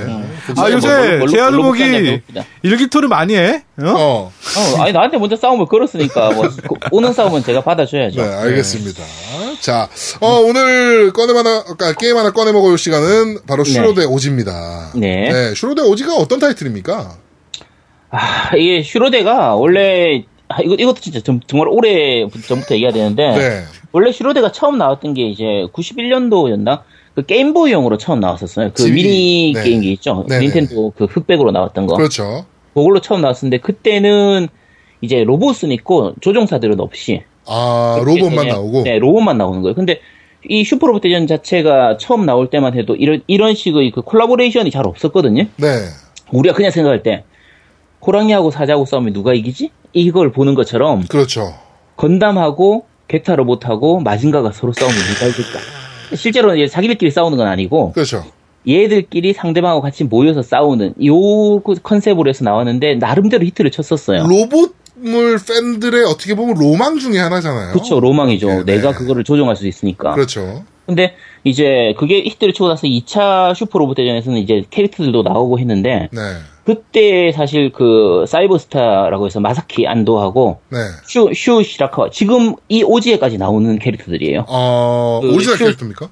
복수.
아, 요새
뭘로-
제아두목이
뭘로 복귀하냐고 묻습니다.
일기토를 많이 해. 어?
어,
어, 아니 나한테 먼저 싸움을 걸었으니까 뭐, 그 오는 싸움은 제가 받아줘야죠.
네, 알겠습니다. 자, 어, 오늘 꺼내 하나, 아까 게임 하나 꺼내 먹을 시간은 바로 슈로데 오지입니다.
네.
슈로데 오지가 어떤 타이틀입니까?
아, 이게 슈로데가 원래 아, 이거 이것도 진짜 좀- 정말 오래 전부터 얘기해야 되는데
네.
원래 슈로데가 처음 나왔던 게 이제 91년도였나? 그 게임보이용으로 처음 나왔었어요. 그
지미.
미니
네.
게임기 있죠.
네네.
닌텐도 그 흑백으로 나왔던 거.
그렇죠.
그걸로 처음 나왔었는데 그때는 이제 로봇은 있고 조종사들은 없이
아, 로봇만 나오고.
네, 로봇만 나오는 거예요. 근데 이 슈퍼로봇 대전 자체가 처음 나올 때만 해도 이런 이런 식의 그 콜라보레이션이 잘 없었거든요.
네.
우리가 그냥 생각할 때 호랑이하고 사자하고 싸우면 누가 이기지? 이걸 보는 것처럼
그렇죠.
건담하고 게타 로봇하고 마징가가 서로 싸우면 누가 이길까? 실제로는 이제 자기들끼리 싸우는 건 아니고
그렇죠.
얘들끼리 상대방하고 같이 모여서 싸우는 요그 컨셉으로 해서 나왔는데 나름대로 히트를 쳤었어요.
로봇물 팬들의 어떻게 보면 로망 중에 하나잖아요.
그렇죠 로망이죠.
네, 네.
내가 그거를 조종할 수 있으니까.
그렇죠.
근데 이제 그게 히트를 치고 나서 2차 슈퍼로봇 대전에서는 이제 캐릭터들도 나오고 했는데
네.
그때 사실 그 사이버스타라고 해서 마사키 안도하고
네.
슈, 슈 시라카와 지금 이 오지에까지 나오는 캐릭터들이에요.
어,
그
오리지널
슈-
캐릭터입니까?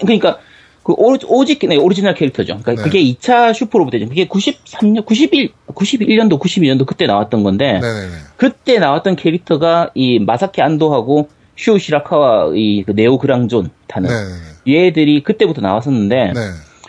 그러니까 그 오, 오지 네, 오리지널 캐릭터죠. 그러니까
네.
그게 2차 슈퍼로봇 대전 그게 93년 91 91년도 92년도 그때 나왔던 건데
네네네.
그때 나왔던 캐릭터가 이 마사키 안도하고 슈 시라카와 이그 네오 그랑존 타는
네네네.
얘들이 그때부터 나왔었는데
네.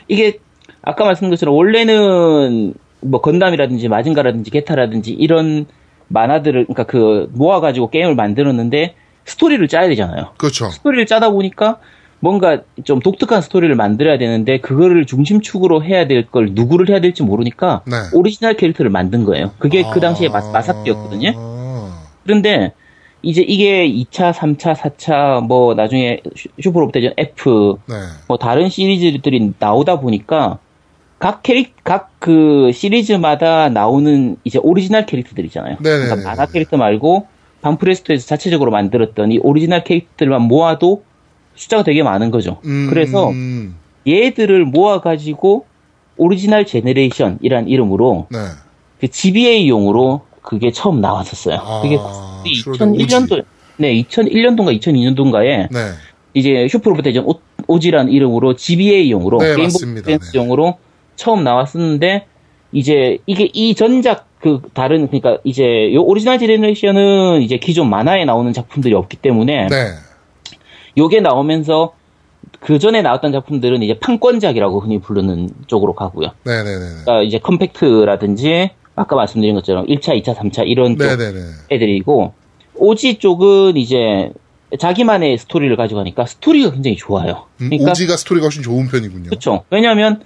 이게 아까 말씀드린 것처럼 원래는 뭐 건담이라든지 마징가라든지 게타라든지 이런 만화들을 그러니까 그 모아가지고 게임을 만들었는데 스토리를 짜야 되잖아요.
그렇죠.
스토리를 짜다 보니까 뭔가 좀 독특한 스토리를 만들어야 되는데 그거를 중심축으로 해야 될 걸 누구를 해야 될지 모르니까
네.
오리지널 캐릭터를 만든 거예요. 그게 그 당시에 마, 사키였거든요
아.
그런데 이제 이게 2차, 3차, 4차 뭐 나중에 슈- 슈퍼로봇 대전 F
네.
뭐 다른 시리즈들이 나오다 보니까 각 캐릭 각 그 시리즈마다 나오는 이제 오리지널 캐릭터들이잖아요.
네네네네.
그러니까 만화 캐릭터 말고 방프레스토에서 자체적으로 만들었던 이 오리지널 캐릭터들만 모아도 숫자가 되게 많은 거죠.
음,
그래서
음,
얘들을 모아 가지고 오리지널 제네레이션이란 이름으로
네.
그 GBA용으로 그게 처음 나왔었어요.
아,
그게
슈로데 오지.
2001년도 네, 2001년도인가 2002년도인가에
네.
이제 슈퍼로봇 대전 오- 오지라는 이름으로 GBA용으로
네,
게임보
맞습니다.
댄스용으로 처음 나왔었는데 이제 이게 이 전작 그 다른 그러니까 이제 요 오리지널 제네레이션은 이제 기존 만화에 나오는 작품들이 없기 때문에
네.
요게 나오면서 그 전에 나왔던 작품들은 이제 판권작이라고 흔히 부르는 쪽으로 가고요.
네네네.
그러니까 이제 컴팩트라든지 아까 말씀드린 것처럼 1차, 2차, 3차 이런 쪽
네네네. 음,
애들이고 오지 쪽은 이제 자기만의 스토리를 가지고 가니까 스토리가 굉장히 좋아요.
음,
그러니까
오지가 스토리가 훨씬 좋은 편이군요.
그렇죠. 왜냐하면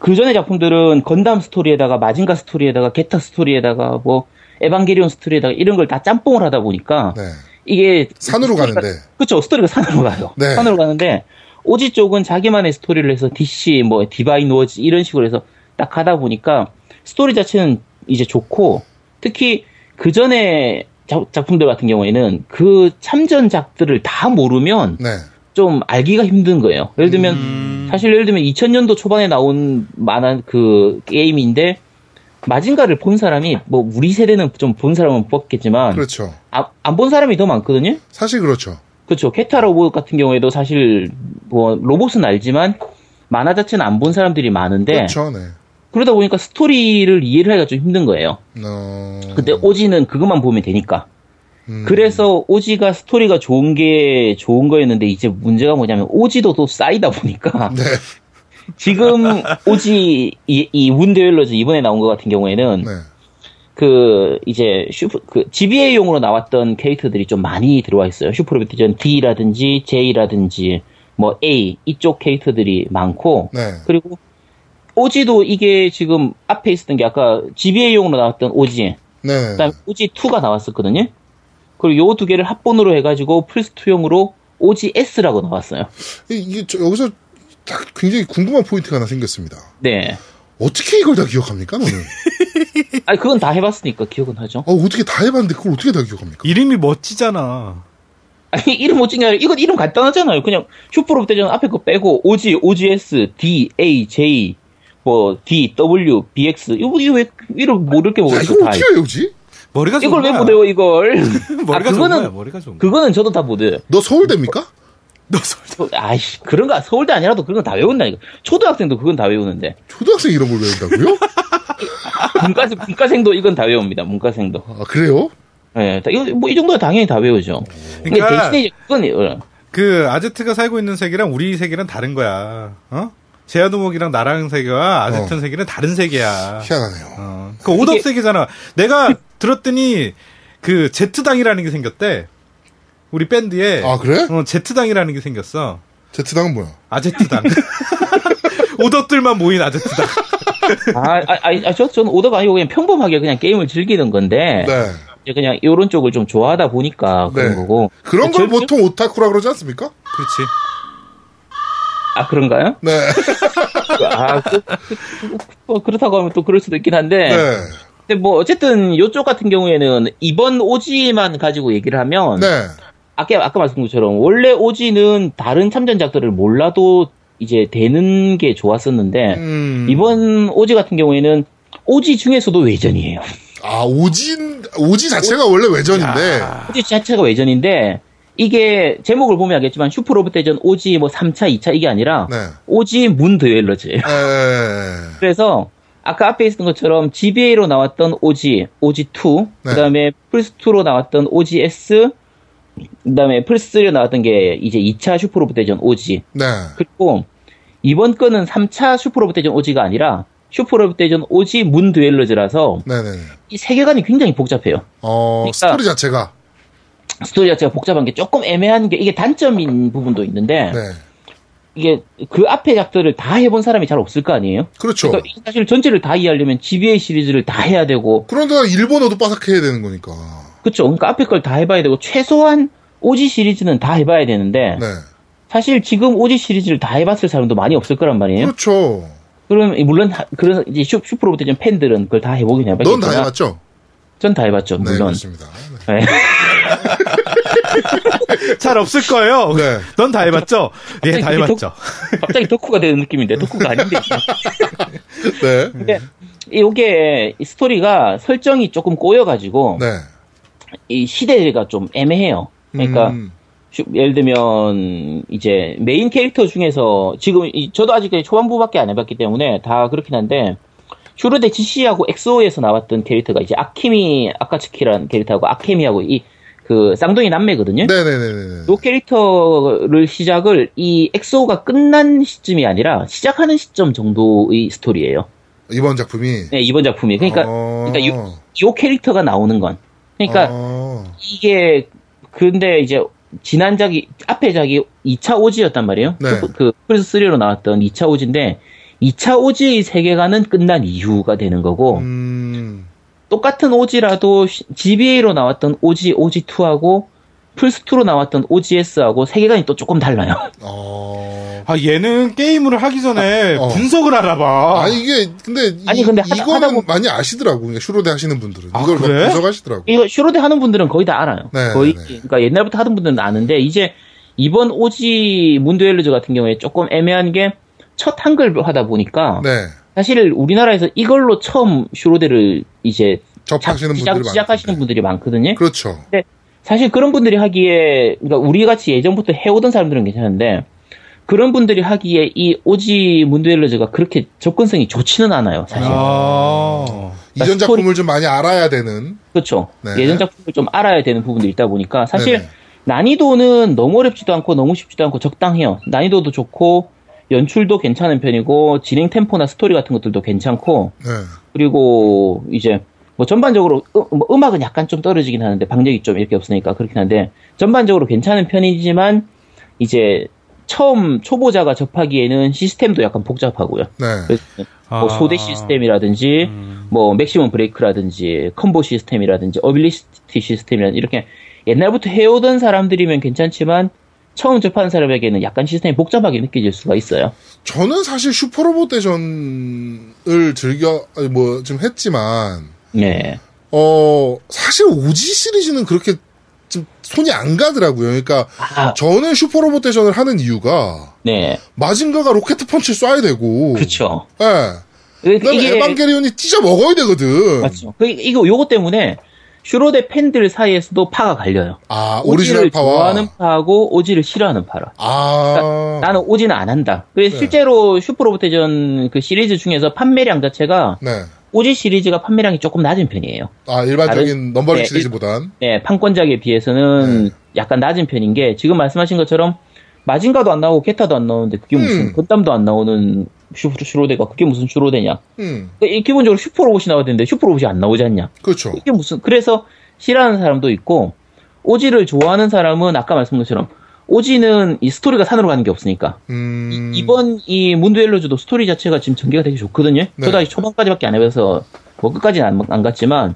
그 전의 작품들은 건담 스토리에다가 마징가 스토리에다가 게타 스토리에다가 뭐 에반게리온 스토리에다가 이런 걸 다 짬뽕을 하다 보니까
네.
이게
산으로 가는데.
그렇죠. 스토리가 산으로 가요.
네.
산으로 가는데 오지 쪽은 자기만의 스토리를 해서 DC 뭐 디바인 워즈 이런 식으로 해서 딱 가다 보니까 스토리 자체는 이제 좋고 특히 그 전에 작품들 같은 경우에는 그 참전작들을 다 모르면
네.
좀 알기가 힘든 거예요. 예를 들면 사실 예를 들면 2000년도 초반에 나온 만한 그 게임인데 마징가를 본 사람이 뭐 우리 세대는 좀 본 사람은 뽑겠지만 아,
그렇죠.
안 본 사람이 더 많거든요.
사실 그렇죠.
그렇죠. 케타 로봇 같은 경우에도 사실 뭐 로봇은 알지만 만화 자체는 안 본 사람들이 많은데
그렇죠. 네.
그러다 보니까 스토리를 이해를 하기가 좀 힘든 거예요.
어...
근데 오지는 그것만 보면 되니까.
음.
그래서 오지가 스토리가 좋은 게 좋은 거였는데 이제 문제가 뭐냐면 오지도 또 쌓이다 보니까
네.
지금 오지 이, 이 운데일러즈 이번에 나온 것 같은 경우에는
네.
그 이제 슈퍼 그 GBA용으로 나왔던 캐릭터들이 좀 많이 들어와 있어요. 슈퍼로비티전 D라든지 J라든지 뭐 A 이쪽 캐릭터들이 많고
네.
그리고 오지도 이게 지금 앞에 있었던 게 아까 GBA용으로 나왔던 오지
네.
그다음 에 오지 2가 나왔었거든요. 그리고 요 두 개를 합본으로 해가지고 플스 2용으로 오지 S라고 나왔어요.
이- 이게 저- 여기서 딱 굉장히 궁금한 포인트가 하나 생겼습니다.
네.
어떻게 이걸 다 기억합니까, 너는? 아,
아니 그건 다 해봤으니까 기억은 하죠.
어, 어떻게 다 해봤는데 그걸 어떻게 다 기억합니까?
이름이 멋지잖아.
아니 이름 못 찍냐? 이건 이름 간단하잖아요. 그냥 슈퍼로봇대전 앞에 거 빼고 OG, OGS, D, A, J, 뭐 D, W, BX 이거 이거 왜 이름 모를 게 뭐가
야,
있어
이걸
다.
어떻게 외우지?
머리가 좋은
이걸 왜
거야.
못 외워 이걸?
머리가
아,
좋은
그거는-
거야. 머리가 좋은 거야.
그거는 저도 다 못 외워요.
너 서울대입니까?
너 설-
저- 아이씨 그런가 서울대 아니라도 그런 건 다 외운다니까. 초등학생도 그건 다 외우는데
초등학생 이런 걸 외운다고요?
문과생 문과생도 이건 다 외웁니다. 문과생도.
아, 그래요?
예, 다- 이거 뭐이 정도는 당연히 다 외우죠. 근데
그러니까-
대신에 이제 그건 어,
그 아제트가 살고 있는 세계랑 우리 세계는 다른 거야. 어? 제아도목이랑 나랑 세계와 아제트
어.
세계는 다른 세계야.
희한하네요.
어. 그 오덕
이게-
세계잖아. 내가 들었더니 그 제트당이라는 게 생겼대. 우리 밴드에
네.
아, 그래?
어, 제트당이라는 게 생겼어.
제트당은 뭐야?
아제트당. 오덕들만 모인 아제트당.
아, 아, 아, 아, 저, 저는 오더가 아니고 그냥 평범하게 그냥 게임을 즐기는 건데.
네.
이제 그냥 이런 쪽을 좀 좋아하다 보니까 그런
네.
거고.
그런 걸
저- 저-
보통 오타쿠라 그러지 않습니까?
그렇지.
아 그런가요?
네.
아 그, 그- 뭐 그렇다고 하면 또 그럴 수도 있긴 한데.
네.
근데 뭐 어쨌든 요쪽 같은 경우에는 이번 오지만 가지고 얘기를 하면
네.
아까 아까 말씀드린 것처럼 원래 오지는 다른 참전작들을 몰라도 이제 되는 게 좋았었는데
음.
이번 오지 같은 경우에는 오지 중에서도 외전이에요.
아, 오진, 오지 자체가 원래 외전인데.
오지 자체가 외전인데 이게 제목을 보면 알겠지만 슈퍼로봇 대전 오지 뭐 3차, 2차 이게 아니라
네.
오지 문 드웰러즈예요.
에,
그래서 아까 앞에 있었던 것처럼 GBA로 나왔던 OG, OG2,
네.
그다음에 플스2로 나왔던 OGS, 그다음에 플스3로 나왔던 게 이제 2차 슈퍼로봇 대전 OG.
네.
그리고 이번 거는 3차 슈퍼로봇 대전 OG가 아니라 슈퍼로봇 대전 OG 문 듀엘러즈라서
네네네.
이 세계관이 굉장히 복잡해요.
어,
그러니까-
스토리 자체가.
스토리 자체가 복잡한 게 조금 애매한 게 이게 단점인 부분도 있는데
네.
이게 그 앞에 작들을 다 해본 사람이 잘 없을 거 아니에요?
그렇죠.
그러니까 사실 전체를 다 이해하려면 GBA 시리즈를 다 해야 되고
그런데 일본어도 빠삭해야 되는 거니까.
그쵸. 그러니까 앞에 걸 다 해봐야 되고, 최소한 오지 시리즈는 다 해봐야 되는데,
네.
사실 지금 오지 시리즈를 다 해봤을 사람도 많이 없을 거란 말이에요.
그렇죠.
그럼, 물론, 하- 그런, 이제 슈, 슈프로보테전 팬들은 그걸 다 해보긴
넌 다
해봤겠지만,
해봤죠?
전다 해봤죠,
네,
그러니까 물론.
그렇습니다. 네.
네.
잘 없을 거예요.
네.
넌 다 해봤죠? 예, 다
갑자기
해봤죠.
갑자기 덕후가 되는 느낌인데, 덕후가 아닌데.
네.
근데, 이게, 이 스토리가 설정이 조금 꼬여가지고,
네.
이 시대가 좀 애매해요. 그러니까,
음,
슈- 예를 들면 이제 메인 캐릭터 중에서 지금 이- 저도 아직 초반부밖에 안 해봤기 때문에 다 그렇긴 한데 주로 DC하고 XO에서 나왔던 캐릭터가 이제 아키미 아카츠키라는 캐릭터하고 아케미하고 이 그 쌍둥이 남매거든요.
네네네네.
요 캐릭터를 시작을 이 엑소가 끝난 시점이 아니라 시작하는 시점 정도의 스토리예요.
이번 작품이.
네, 이번 작품이. 그러니까
어.
그러니까 요, 요 캐릭터가 나오는 건. 그러니까
어.
이게 근데 이제 지난작이 앞에 작이 2차 오지였단 말이에요.
네.
그- 그 프리스 3로 나왔던 2차 오지인데 2차 오지의 세계관은 끝난 이유가 되는 거고
음.
똑같은 오지라도 GBA로 나왔던 오지 오지2하고 플스 2로 나왔던 OGS하고 세계관이 또 조금 달라요.
어.
아 얘는 게임을 하기 전에
어.
분석을 알아봐.
아 이게 근데
아니,
이,
근데 하다-
이거는
하다 보면-
많이 아시더라고. 그러니까 슈로데 하시는 분들은
아,
이걸 막
그래?
분석하시더라고.
이거 슈로데 하는 분들은 거의 다 알아요.
네,
거의
네, 네.
그러니까 옛날부터 하던 분들은 아는데 이제 이번 오지 문드웰러즈 같은 경우에 조금 애매한 게 첫 한글 하다 보니까
네.
사실 우리나라에서 이걸로 처음 슈로데를 이제
접하시는
시작,
분들이 많거든요.
시작하시는
네.
분들이 많거든요.
그렇죠.
사실 그런 분들이 하기에 그러니까 우리 같이 예전부터 해오던 사람들은 괜찮은데 그런 분들이 하기에 이 오지 문드웰러즈가 그렇게 접근성이 좋지는 않아요. 사실.
아.
이전
스토리-
작품을 좀 많이 알아야 되는.
그렇죠.
네.
예전 작품을 좀 알아야 되는 부분도 있다 보니까 사실
네네.
난이도는 너무 어렵지도 않고 너무 쉽지도 않고 적당해요. 난이도도 좋고 연출도 괜찮은 편이고 진행 템포나 스토리 같은 것들도 괜찮고
네.
그리고 이제 뭐 전반적으로 음, 뭐 음악은 약간 좀 떨어지긴 하는데 방력이 좀 이렇게 없으니까 그렇긴 한데 전반적으로 괜찮은 편이지만 이제 처음 초보자가 접하기에는 시스템도 약간 복잡하고요.
네.
그래서 뭐 소대 시스템이라든지 뭐 맥시멈 브레이크라든지 컴보 시스템이라든지 어빌리티 시스템이라든지 이렇게 옛날부터 해오던 사람들이면 괜찮지만 처음 접하는 사람에게는 약간 시스템이 복잡하게 느껴질 수가 있어요.
저는 사실 슈퍼로봇 대전을 즐겨 아니, 뭐 좀 했지만
네.
어 사실 오지 시리즈는 그렇게 좀 손이 안 가더라고요. 그러니까
아,
저는 슈퍼로봇 대전을 하는 이유가
네.
마징가가 로켓 펀치 쏴야 되고,
그렇죠.
예. 그다음에 에반게리온이 찢어 먹어야 되거든.
맞죠. 그, 이거 요거 때문에 슈로데 팬들 사이에서도 파가 갈려요.
아 오리지널
오지를
파와
좋아하는 파하고 오지를 싫어하는 파라.
아
나는 오지는 안 한다. 그래서
네.
실제로 슈퍼로봇대전 그 시리즈 중에서 판매량 자체가
네.
오지 시리즈가 판매량이 조금 낮은 편이에요.
아 일반적인 넘버링
네,
시리즈보단
네, 판권작에
네.
비해서는 약간 낮은 편인 게 지금 말씀하신 것처럼 마징가도 안 나오고 게타도 안 나오는데 그게 무슨
음.
건담도 안 나오는 슈, 슈로데가 그게 무슨 슈로데냐.
음
이- 기본적으로 슈퍼로봇이 나와야 되는데 슈퍼로봇이 안 나오지 않냐.
그렇죠.
이게 무슨 그래서 싫어하는 사람도 있고 오지를 좋아하는 사람은 아까 말씀드린 것처럼 오지는 이 스토리가 산으로 가는 게 없으니까
음
이번 이 문드엘로즈도 스토리 자체가 지금 전개가 되게 좋거든요.
네.
저도 아직 초반까지밖에 안 해봐서 뭐 끝까지는 안, 안 갔지만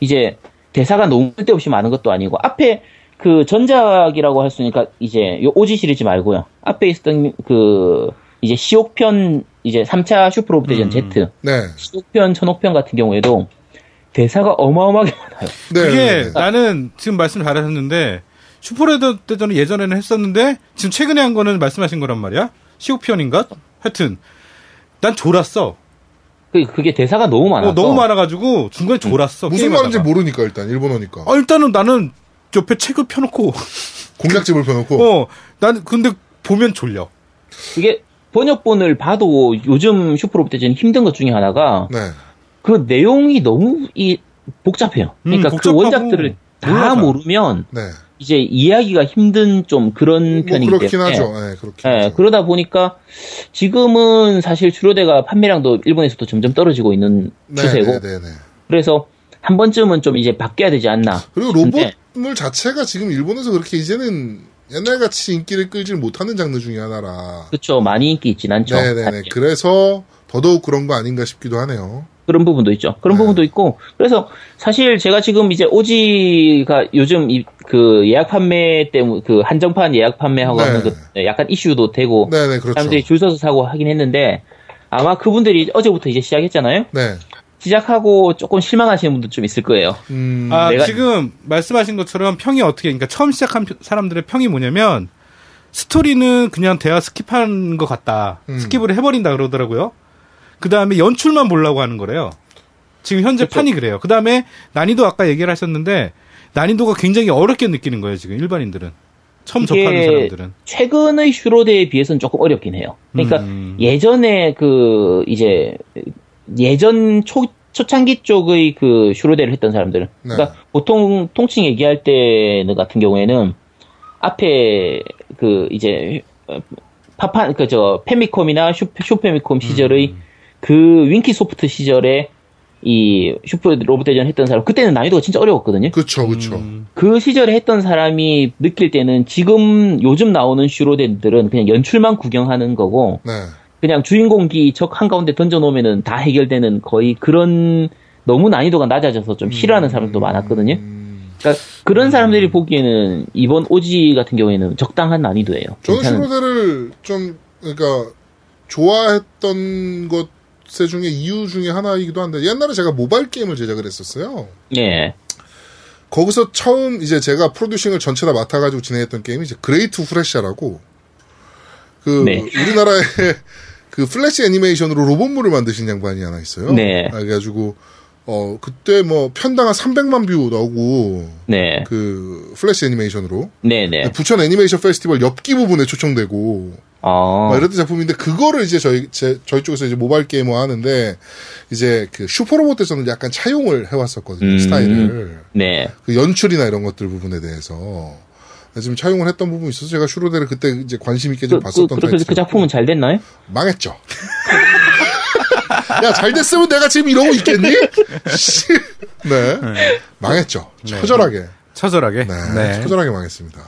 이제 대사가 너무 쓸데없이 많은 것도 아니고 앞에 그 전작이라고 할 수 있으니까 이제 요 오지 시리즈 말고요. 앞에 있었던 그 이제 시옥편 이제 3차 슈퍼로브 대전 Z
네.
시옥편 천옥편 같은 경우에도 대사가 어마어마하게 많아요.
네.
그게
네, 네.
나는 지금 말씀 잘하셨는데 슈퍼레드 대전은 예전에는 했었는데 지금 최근에 한 거는 말씀하신 거란 말이야. 시오피언인가? 하여튼 난 졸았어.
그, 그게 대사가 너무 많아서
어, 너무 말아가지고 중간에 졸았어.
음. 무슨
게임하다가.
말인지 모르니까 일단 일본어니까
아, 일단은 나는 옆에 책을 펴놓고
공략집을 펴놓고
어, 난 근데 보면 졸려.
그게 번역본을 봐도 요즘 슈퍼로봇 대전 힘든 것 중에 하나가
네.
그 내용이 너무 이 복잡해요. 그러니까
음,
그
복잡하고
원작들을 다
몰라서.
모르면
네.
이제 이해하기가 힘든 좀 그런
뭐
편이기
그렇긴
때문에
하죠. 네, 그렇긴
예,
하죠.
그러다 보니까 지금은 사실 주로대가 판매량도 일본에서도 점점 떨어지고 있는
네,
추세고
네, 네, 네.
그래서 한 번쯤은 좀 이제 바뀌어야 되지 않나.
그리고
근데-
로봇물 자체가 지금 일본에서 그렇게 이제는 옛날같이 인기를 끌지 못하는 장르 중에 하나라.
그쵸 많이 인기 있진 않죠. 예.
네, 네, 네.
사실.
그래서 더더욱 그런 거 아닌가 싶기도 하네요.
그런 부분도 있죠. 그런
네.
부분도 있고 그래서 사실 제가 지금 이제 오지가 요즘 이- 그 예약 판매 때문에 그 한정판 예약 판매하고
네.
하는 그 약간 이슈도 되고
네, 네, 그렇죠.
사람들이 줄 서서 사고 하긴 했는데 아마 그분들이 어제부터 이제 시작했잖아요.
네.
시작하고 조금 실망하시는 분들 좀 있을 거예요.
음,
아,
내가-
지금 말씀하신 것처럼 평이 어떻게, 그러니까 처음 시작한 표- 사람들의 평이 뭐냐면, 스토리는 그냥 대화 스킵한 것 같다.
음.
스킵을 해버린다 그러더라고요. 그 다음에 연출만 보려고 하는 거래요. 지금 현재
그쵸.
판이 그래요. 그 다음에 난이도 아까 얘기를 하셨는데, 난이도가 굉장히 어렵게 느끼는 거예요, 지금 일반인들은. 처음
이게
접하는 사람들은.
최근의 슈로데에 비해서는 조금 어렵긴 해요. 그러니까
음.
예전에 그 이제 예전 초, 초창기 쪽의 그 슈로데를 했던 사람들은.
네.
그러니까 보통 통칭 얘기할 때는 같은 경우에는 앞에 그 이제 어, 파판 그저 페미컴이나 슈, 슈페미컴 시절의 그 윙키 소프트 시절에 이 슈퍼 로봇 대전 했던 사람 그때는 난이도가 진짜 어려웠거든요.
그쵸, 그쵸.
그 시절에 했던 사람이 느낄 때는 지금 요즘 나오는 슈로덴들은 그냥 연출만 구경하는 거고
네.
그냥 주인공기 적 한가운데 던져놓으면은 다 해결되는 거의 그런 너무 난이도가 낮아져서 좀 싫어하는 사람도 많았거든요.
음,
그러니까 그런 사람들이 보기에는 이번 오지 같은 경우에는 적당한 난이도예요.
저는
괜찮은.
슈로데를 좀, 그러니까, 좋아했던 것세 중에 이유 중에 하나이기도 한데, 옛날에 제가 모바일 게임을 제작을 했었어요.
예.
거기서 처음 이제 제가 프로듀싱을 전체 다 맡아가지고 진행했던 게임이 이제 그레이트 후레샤라고 그
네.
우리나라에 그 플래시 애니메이션으로 로봇물을 만드신 양반이 하나 있어요.
네.
아, 그래가지고 어 그때 뭐 편당 한 300만 뷰 나오고
네.
그 플래시 애니메이션으로
네, 네.
부천 애니메이션 페스티벌 엽기 부분에 초청되고
아.
막 이랬던 작품인데 그거를 이제 저희 제, 저희 쪽에서 이제 모바일 게임을 뭐 하는데 이제 그 슈퍼로봇 대전을 약간 차용을 해왔었거든요
음.
스타일을.
네.
그 연출이나 이런 것들 부분에 대해서 지금 차용을 했던 부분이 있어서 제가 슈로데를 그때 이제 관심 있게 좀
그, 그,
봤었던
그, 그,
타이틀
그 작품은 잘 됐나요?
망했죠. 야 잘 됐으면 내가 지금 이러고 있겠니? 씨. 네. 망했죠. 처절하게.
처절하게.
네.
네.
처절하게 망했습니다.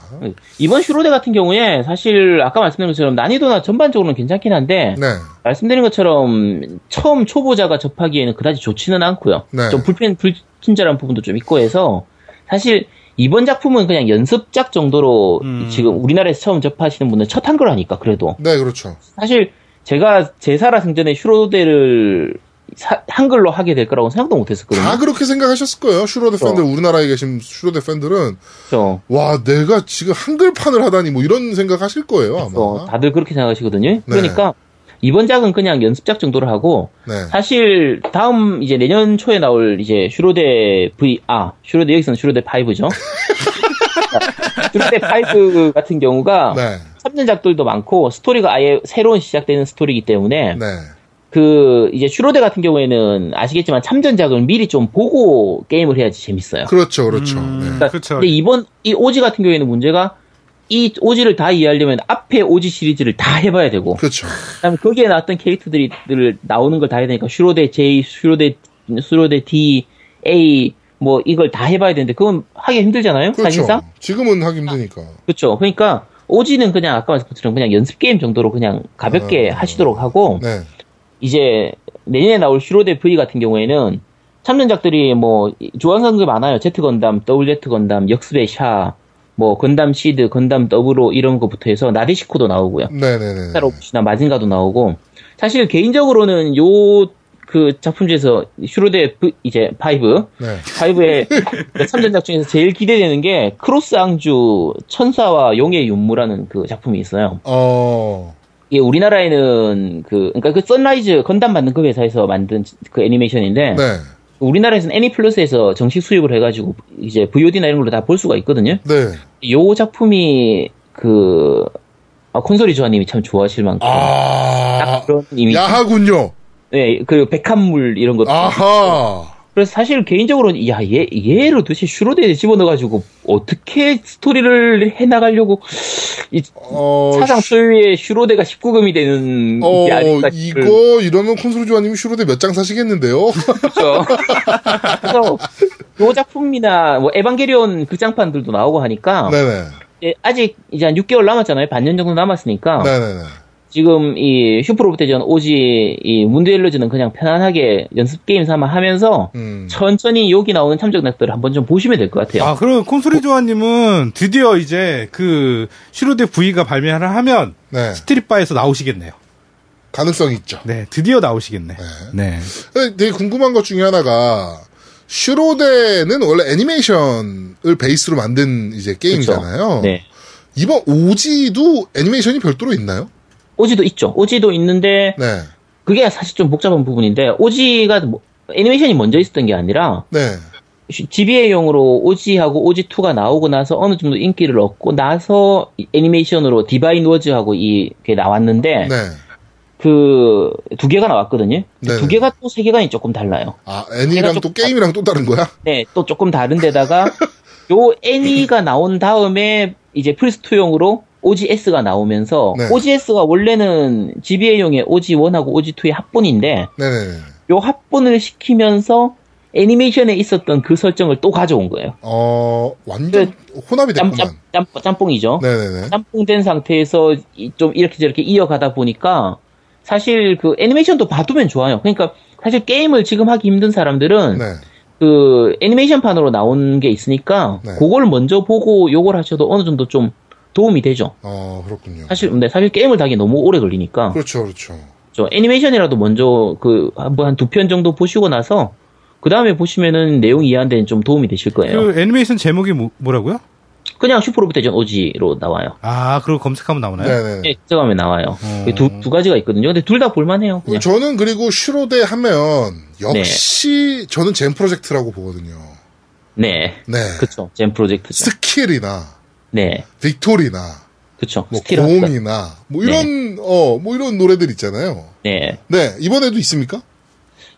이번 슈로데 같은 경우에 사실 아까 말씀드린 것처럼 난이도나 전반적으로는 괜찮긴 한데
네.
말씀드린 것처럼 처음 초보자가 접하기에는 그다지 좋지는 않고요.
네.
좀 불편 불친절한 부분도 좀 있고 해서 사실 이번 작품은 그냥 연습작 정도로
음.
지금 우리나라에서 처음 접하시는 분은 첫 한 거라니까 그래도
네, 그렇죠.
사실 제가 제사라 생전에 슈로데를 사- 한글로 하게 될 거라고 생각도 못했었거든요.
다 아, 그렇게 생각하셨을 거예요.
어.
슈로데 팬들, 우리나라에 계신 슈로데 팬들은.
그래서
와, 내가 지금 한글판을 하다니 뭐 이런 생각 하실 거예요,
어,
아마.
다들 그렇게 생각하시거든요. 그러니까 이번 작은 그냥 연습작 정도로 하고
네.
사실 다음 이제 내년 초에 나올 이제 슈로데 V 아 슈로데 여기서는 슈로데 5죠. 슈로데 5 같은 경우가
네.
협년작들도 많고 스토리가 아예 새로운 시작되는 스토리이기 때문에
네.
그 이제 슈로데 같은 경우에는 아시겠지만 참전작을 미리 좀 보고 게임을 해야지 재밌어요. 그러니까
그렇죠, 그렇죠. 네.
음, 그쵸.
근데 이번 이 오지 같은 경우에는 문제가 이 오지를 다 이해하려면 앞에 오지 시리즈를 다 해봐야 되고
그렇죠.
그다음에 거기에 나왔던 캐릭터들이 들 나오는 걸 다 해야 되니까 슈로데 J, 슈로데 슈로데 D, A 뭐 이걸 다 해봐야 되는데 그건 하기 힘들잖아요
그렇죠.
사실상
지금은 하기 힘드니까.
그렇죠. 그러니까 오지는 그냥 아까 말씀드린 그냥 연습 게임 정도로 그냥 가볍게
어.
하시도록 하고
네.
이제 내년에 나올 슈로데 V 같은 경우에는 참전작들이 뭐 조항상 게 많아요. 제트 건담, WZ 건담, 역습의 샤, 뭐 건담 시드, 건담 더블로 이런 거부터 해서 나데시코도 나오고요.
네네네.
스타로 옵시나 마징가도 나오고 사실 개인적으로는 요 그 작품 중에서 슈로데 V- 이제 5
네.
5의 참전작 중에서 제일 기대되는 게 크로스 앙주 천사와 용의 윤무라는 그 작품이 있어요.
어,
이게 우리나라에는 그 그러니까 그 선라이즈 건담 만든 그 회사에서 만든 그 애니메이션인데
네.
우리나라에서는 애니플러스에서 정식 수입을 해가지고 이제 VOD나 이런 걸로 다 볼 수가 있거든요.
네.
요 작품이 그 아, 콘솔이 조아님이 참 좋아하실 만큼
아,
딱 그런 이미
야하군요.
예 그리고 백합물 이런 것도
아. 아하.
그래서 사실 개인적으로는 야 얘 얘를 도대체 슈로데에 집어넣어가지고 어떻게 스토리를 해나가려고 이
어,
사상 소유의 슈로데가 19금이 되는 게
어,
아닐까 싶을
이거 이러면 콘솔 조아님이 슈로데 몇 장 사시겠는데요?
그렇죠. 그래서 요 작품이나 뭐 에반게리온 극장판들도 나오고 하니까
네네.
이제 아직 이제 한 6개월 남았잖아요. 반년 정도 남았으니까
네네네.
지금 이 슈퍼로봇 대전 오지 이 문드엘러즈는 그냥 편안하게 연습 게임 삼아 하면서
음.
천천히 여기 나오는 참전작들을 한번 좀 보시면 될 것 같아요.
아, 그럼 콘솔이 조아님은 드디어 이제 그 슈로데 V가 발매를 하면
네.
스트릿바에서 나오시겠네요.
가능성이 있죠.
네, 드디어 나오시겠네. 네.
근데 되게 궁금한 것 중에 하나가, 슈로데는 원래 애니메이션을 베이스로 만든 이제 게임이잖아요.
네.
이번 오지도 애니메이션이 별도로 있나요?
오지도 있죠. 오지도 있는데
네.
그게 사실 좀 복잡한 부분인데 오지가 뭐- 애니메이션이 먼저 있었던 게 아니라
네.
GBA용으로 오지하고 오지2가 나오고 나서 어느 정도 인기를 얻고 나서 이 애니메이션으로 디바인 워즈하고 이게 나왔는데
네.
그 두 개가 나왔거든요.
네네.
두 개가 또 세계관이 조금 달라요.
아, 애니랑 또 게임이랑 또 다른 거야?
네, 또 조금 다른데다가 요 애니가 나온 다음에 이제 플스2용으로 OGS가 나오면서
네.
OGS가 원래는 GBA용의 OG1하고 OG2의 합본인데
네네네.
요 합본을 시키면서 애니메이션에 있었던 그 설정을 또 가져온 거예요.
어, 완전 혼합이
그 짬,
됐구만.
짬, 짬뽕, 이죠
네네네.
짬뽕된 상태에서 이- 좀 이렇게 저렇게 이어가다 보니까 사실 그 애니메이션도 봐두면 좋아요. 그러니까 사실 게임을 지금 하기 힘든 사람들은
네.
그 애니메이션판으로 나온 게 있으니까
네.
그걸 먼저 보고 요걸 하셔도 어느 정도 좀 도움이 되죠.
어, 그렇군요.
사실 근데 사실 게임을 다기 너무 오래 걸리니까
그렇죠, 그렇죠.
저 애니메이션이라도 먼저 그한두 편 정도 보시고 나서 그 다음에 보시면은 내용 이해하는 데는 좀 도움이 되실 거예요.
그 애니메이션 제목이 뭐, 라고요
그냥 슈퍼로봇 대전 오지로 나와요.
아, 그걸 검색하면 나오나요?
네네네.
네, 들어가면 나와요. 두, 두 가지가 있거든요. 근데 둘 다 볼만해요.
그
그냥.
저는 그리고 슈로데 하면 역시 저는 젠 프로젝트라고 보거든요.
네.
네.
그쵸. 젠 프로젝트죠.
스킬이나
네.
빅토리나
그쵸.
뭐
스틸 핫
고음이나 뭐 이런 어 뭐 이런 노래들 있잖아요.
네.
네 이번에도 있습니까?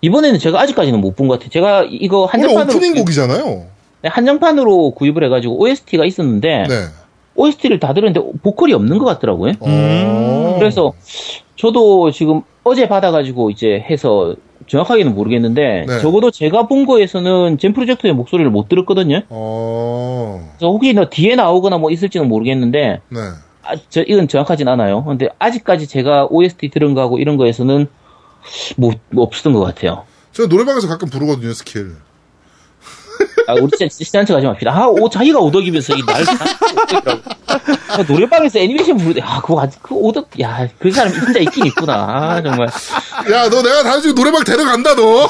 이번에는 제가 아직까지는 못 본 것 같아요. 제가 이거
원래
한정판으로
오프닝 곡이잖아요.
네, 한정판으로 구입을 해가지고 OST가 있었는데
네.
OST를 다 들었는데 보컬이 없는 것 같더라고요.
어.
그래서 저도 지금 어제 받아가지고 이제 해서 정확하게는 모르겠는데
네.
적어도 제가 본 거에서는 젠 프로젝트의 목소리를 못 들었거든요.
어.
그래서 혹시 나 뒤에 나오거나 뭐 있을지는 모르겠는데
네.
아, 저 이건 정확하진 않아요. 근데 아직까지 제가 OST 들은 거하고 이런 거에서는 뭐, 뭐 없었던 것 같아요.
저 노래방에서 가끔 부르거든요 스킬.
아, 우리 진짜 친한 척 하지 맙시다. 아, 오, 자기가 오덕이면서 이날 노래방에서 애니메이션 부르대. 아, 그거 아직 그 오덕, 야, 그 사람 진짜 있긴 있구나. 아, 정말.
야 너 내가 다음 주에 노래방 데려간다 너. 어?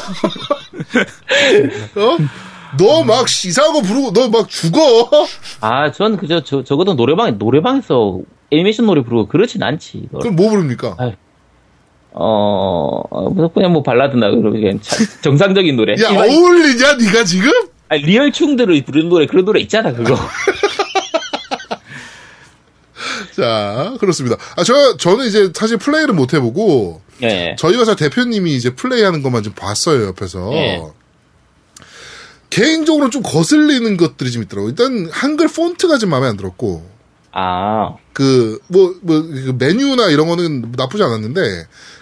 너 막 이상한 거 부르고 너 막 죽어.
아, 전 그저 저, 적어도 노래방에 노래방에서 애니메이션 노래 부르고 그렇진 않지.
그럼 뭐
아,
부릅니까?
어, 어, 그냥 뭐 발라드나 그런 정상적인 노래.
야
일반-
어울리냐 네가 지금?
아, 리얼 충들을 부르는 노래 그런 노래 있잖아 그거.
자 그렇습니다. 아저 저는 이제 사실 플레이를 못 해보고
예.
저희 회사 대표님이 이제 플레이하는 것만 좀 봤어요 옆에서.
네.
개인적으로 좀 거슬리는 것들이 좀 있더라고. 요 일단 한글 폰트가 좀 마음에 안 들었고
아,
그 뭐 뭐 메뉴나 이런 거는 나쁘지 않았는데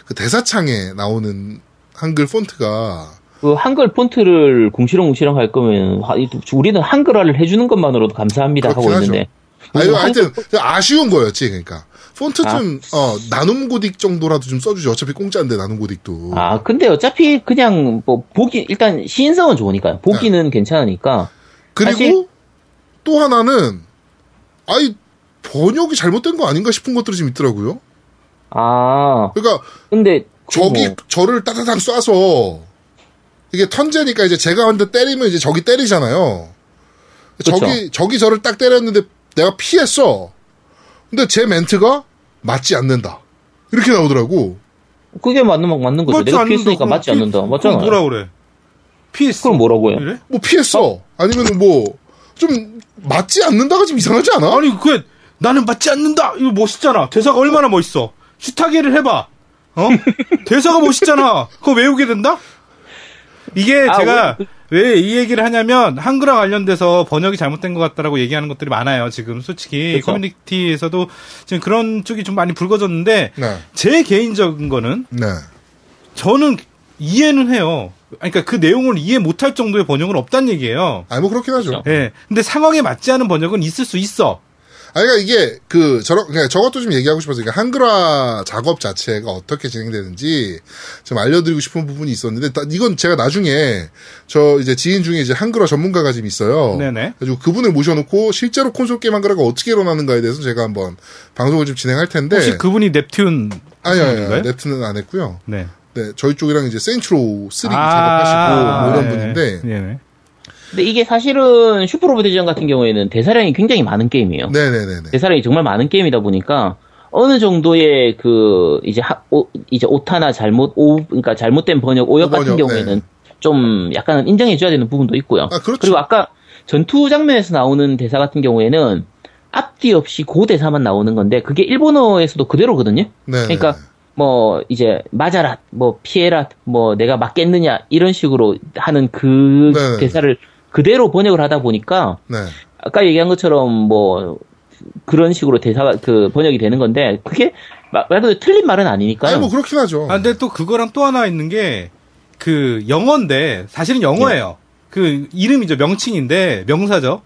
그 대사창에 나오는 한글 폰트가
그 한글 폰트를 궁시렁궁시렁 할 거면 하- 이- 우리는 한글화를 해주는 것만으로도 감사합니다 하고
그렇긴
있는데. 음,
아 이거
그리고 한글- 아.
하여튼 아쉬운 거였지 그러니까 폰트 좀 어, 나눔 고딕 정도라도 좀 써주지 어차피 공짜인데 나눔 고딕도
아, 근데 어차피 그냥 뭐 보기 일단 시인성은 좋으니까요.
네.
보기는 괜찮으니까.
그리고
사실-
또 하나는 아이 번역이 잘못된 거 아닌가 싶은 것들이 좀 있더라고요.
아,
그러니까
근데 그
저기
뭐-
저를 따다닥 쏴서 이게 턴제니까 이제 제가 한 대 때리면 이제 적이 때리잖아요.
그쵸.
저기 저기 저를 딱 때렸는데 내가 피했어. 근데 제 멘트가 맞지 않는다. 이렇게 나오더라고.
그게 맞는 맞는 거죠. 내가 피했으니까
뭐, 그럼
맞지
피-
않는다. 맞잖아요.
그럼 뭐라 그래? 피했어.
그럼 뭐라고 해요?
이래?
뭐 피했어. 아니면 뭐 좀 맞지 않는다가 좀 이상하지 않아?
아니 그게 나는 맞지 않는다. 이거 멋있잖아. 대사가 얼마나 멋있어. 시타게를 해봐. 어? 대사가 멋있잖아. 그거 외우게 된다? 이게
아,
제가 왜 이 얘기를 하냐면 한글화 관련돼서 번역이 잘못된 것 같다라고 얘기하는 것들이 많아요. 지금 솔직히
그렇죠.
커뮤니티에서도 지금 그런 쪽이 좀 많이 불거졌는데
네.
제 개인적인 거는
네.
저는 이해는 해요. 그러니까 그 내용을 이해 못할 정도의 번역은 없단 얘기예요.
아니 뭐 그렇긴 하죠.
그쵸.
예. 근데 상황에 맞지 않은 번역은 있을 수 있어.
아니, 그러니까 이게, 그, 저런, 그러니까 저것도 좀 얘기하고 싶어서, 그러니까 한글화 작업 자체가 어떻게 진행되는지 좀 알려드리고 싶은 부분이 있었는데, 다- 이건 제가 나중에, 저 이제 지인 중에 이제 한글화 전문가가 좀 있어요.
네네.
그래서 그분을 모셔놓고, 실제로 콘솔 게임 한글화가 어떻게 일어나는가에 대해서 제가 한번 방송을 좀 진행할 텐데.
혹시 그분이 넵튠
아니요, 아니요,
분인가요?
아니요. 네트는 안 했고요.
네.
네, 저희 쪽이랑 이제 센트로 3 작업하시고, 뭐 이런 분인데.
아, 네. 네.
근데 이게 사실은 슈퍼로봇 대전 같은 경우에는 대사량이 굉장히 많은 게임이에요.
네네네네.
그 대사량이 정말 많은 게임이다 보니까 어느 정도의 그 이제 하, 오, 이제 오타나 잘못 오 그러니까 잘못된 번역 오역
번역,
같은
네.
경우에는 좀 약간은 인정해 줘야 되는 부분도 있고요.
아, 그렇죠.
리고 아까 전투 장면에서 나오는 대사 같은 경우에는 앞뒤 없이 고 대사만 나오는 건데 그게 일본어에서도 그대로거든요.
네네네.
그러니까 뭐 이제 맞아라 뭐 피해라 뭐 내가 맞겠느냐 이런 식으로 하는 그
네.
대사를 그대로 번역을 하다 보니까
네.
아까 얘기한 것처럼 뭐 그런 식으로 대사가 그 번역이 되는 건데 그게 마- 말 그대로 틀린 말은 아니니까요.
아니 뭐 그렇긴 하죠.
아, 근데 또 그거랑 또 하나 있는 게 그 영어인데 사실은 영어예요. 그 이름이죠. 명칭인데 명사죠.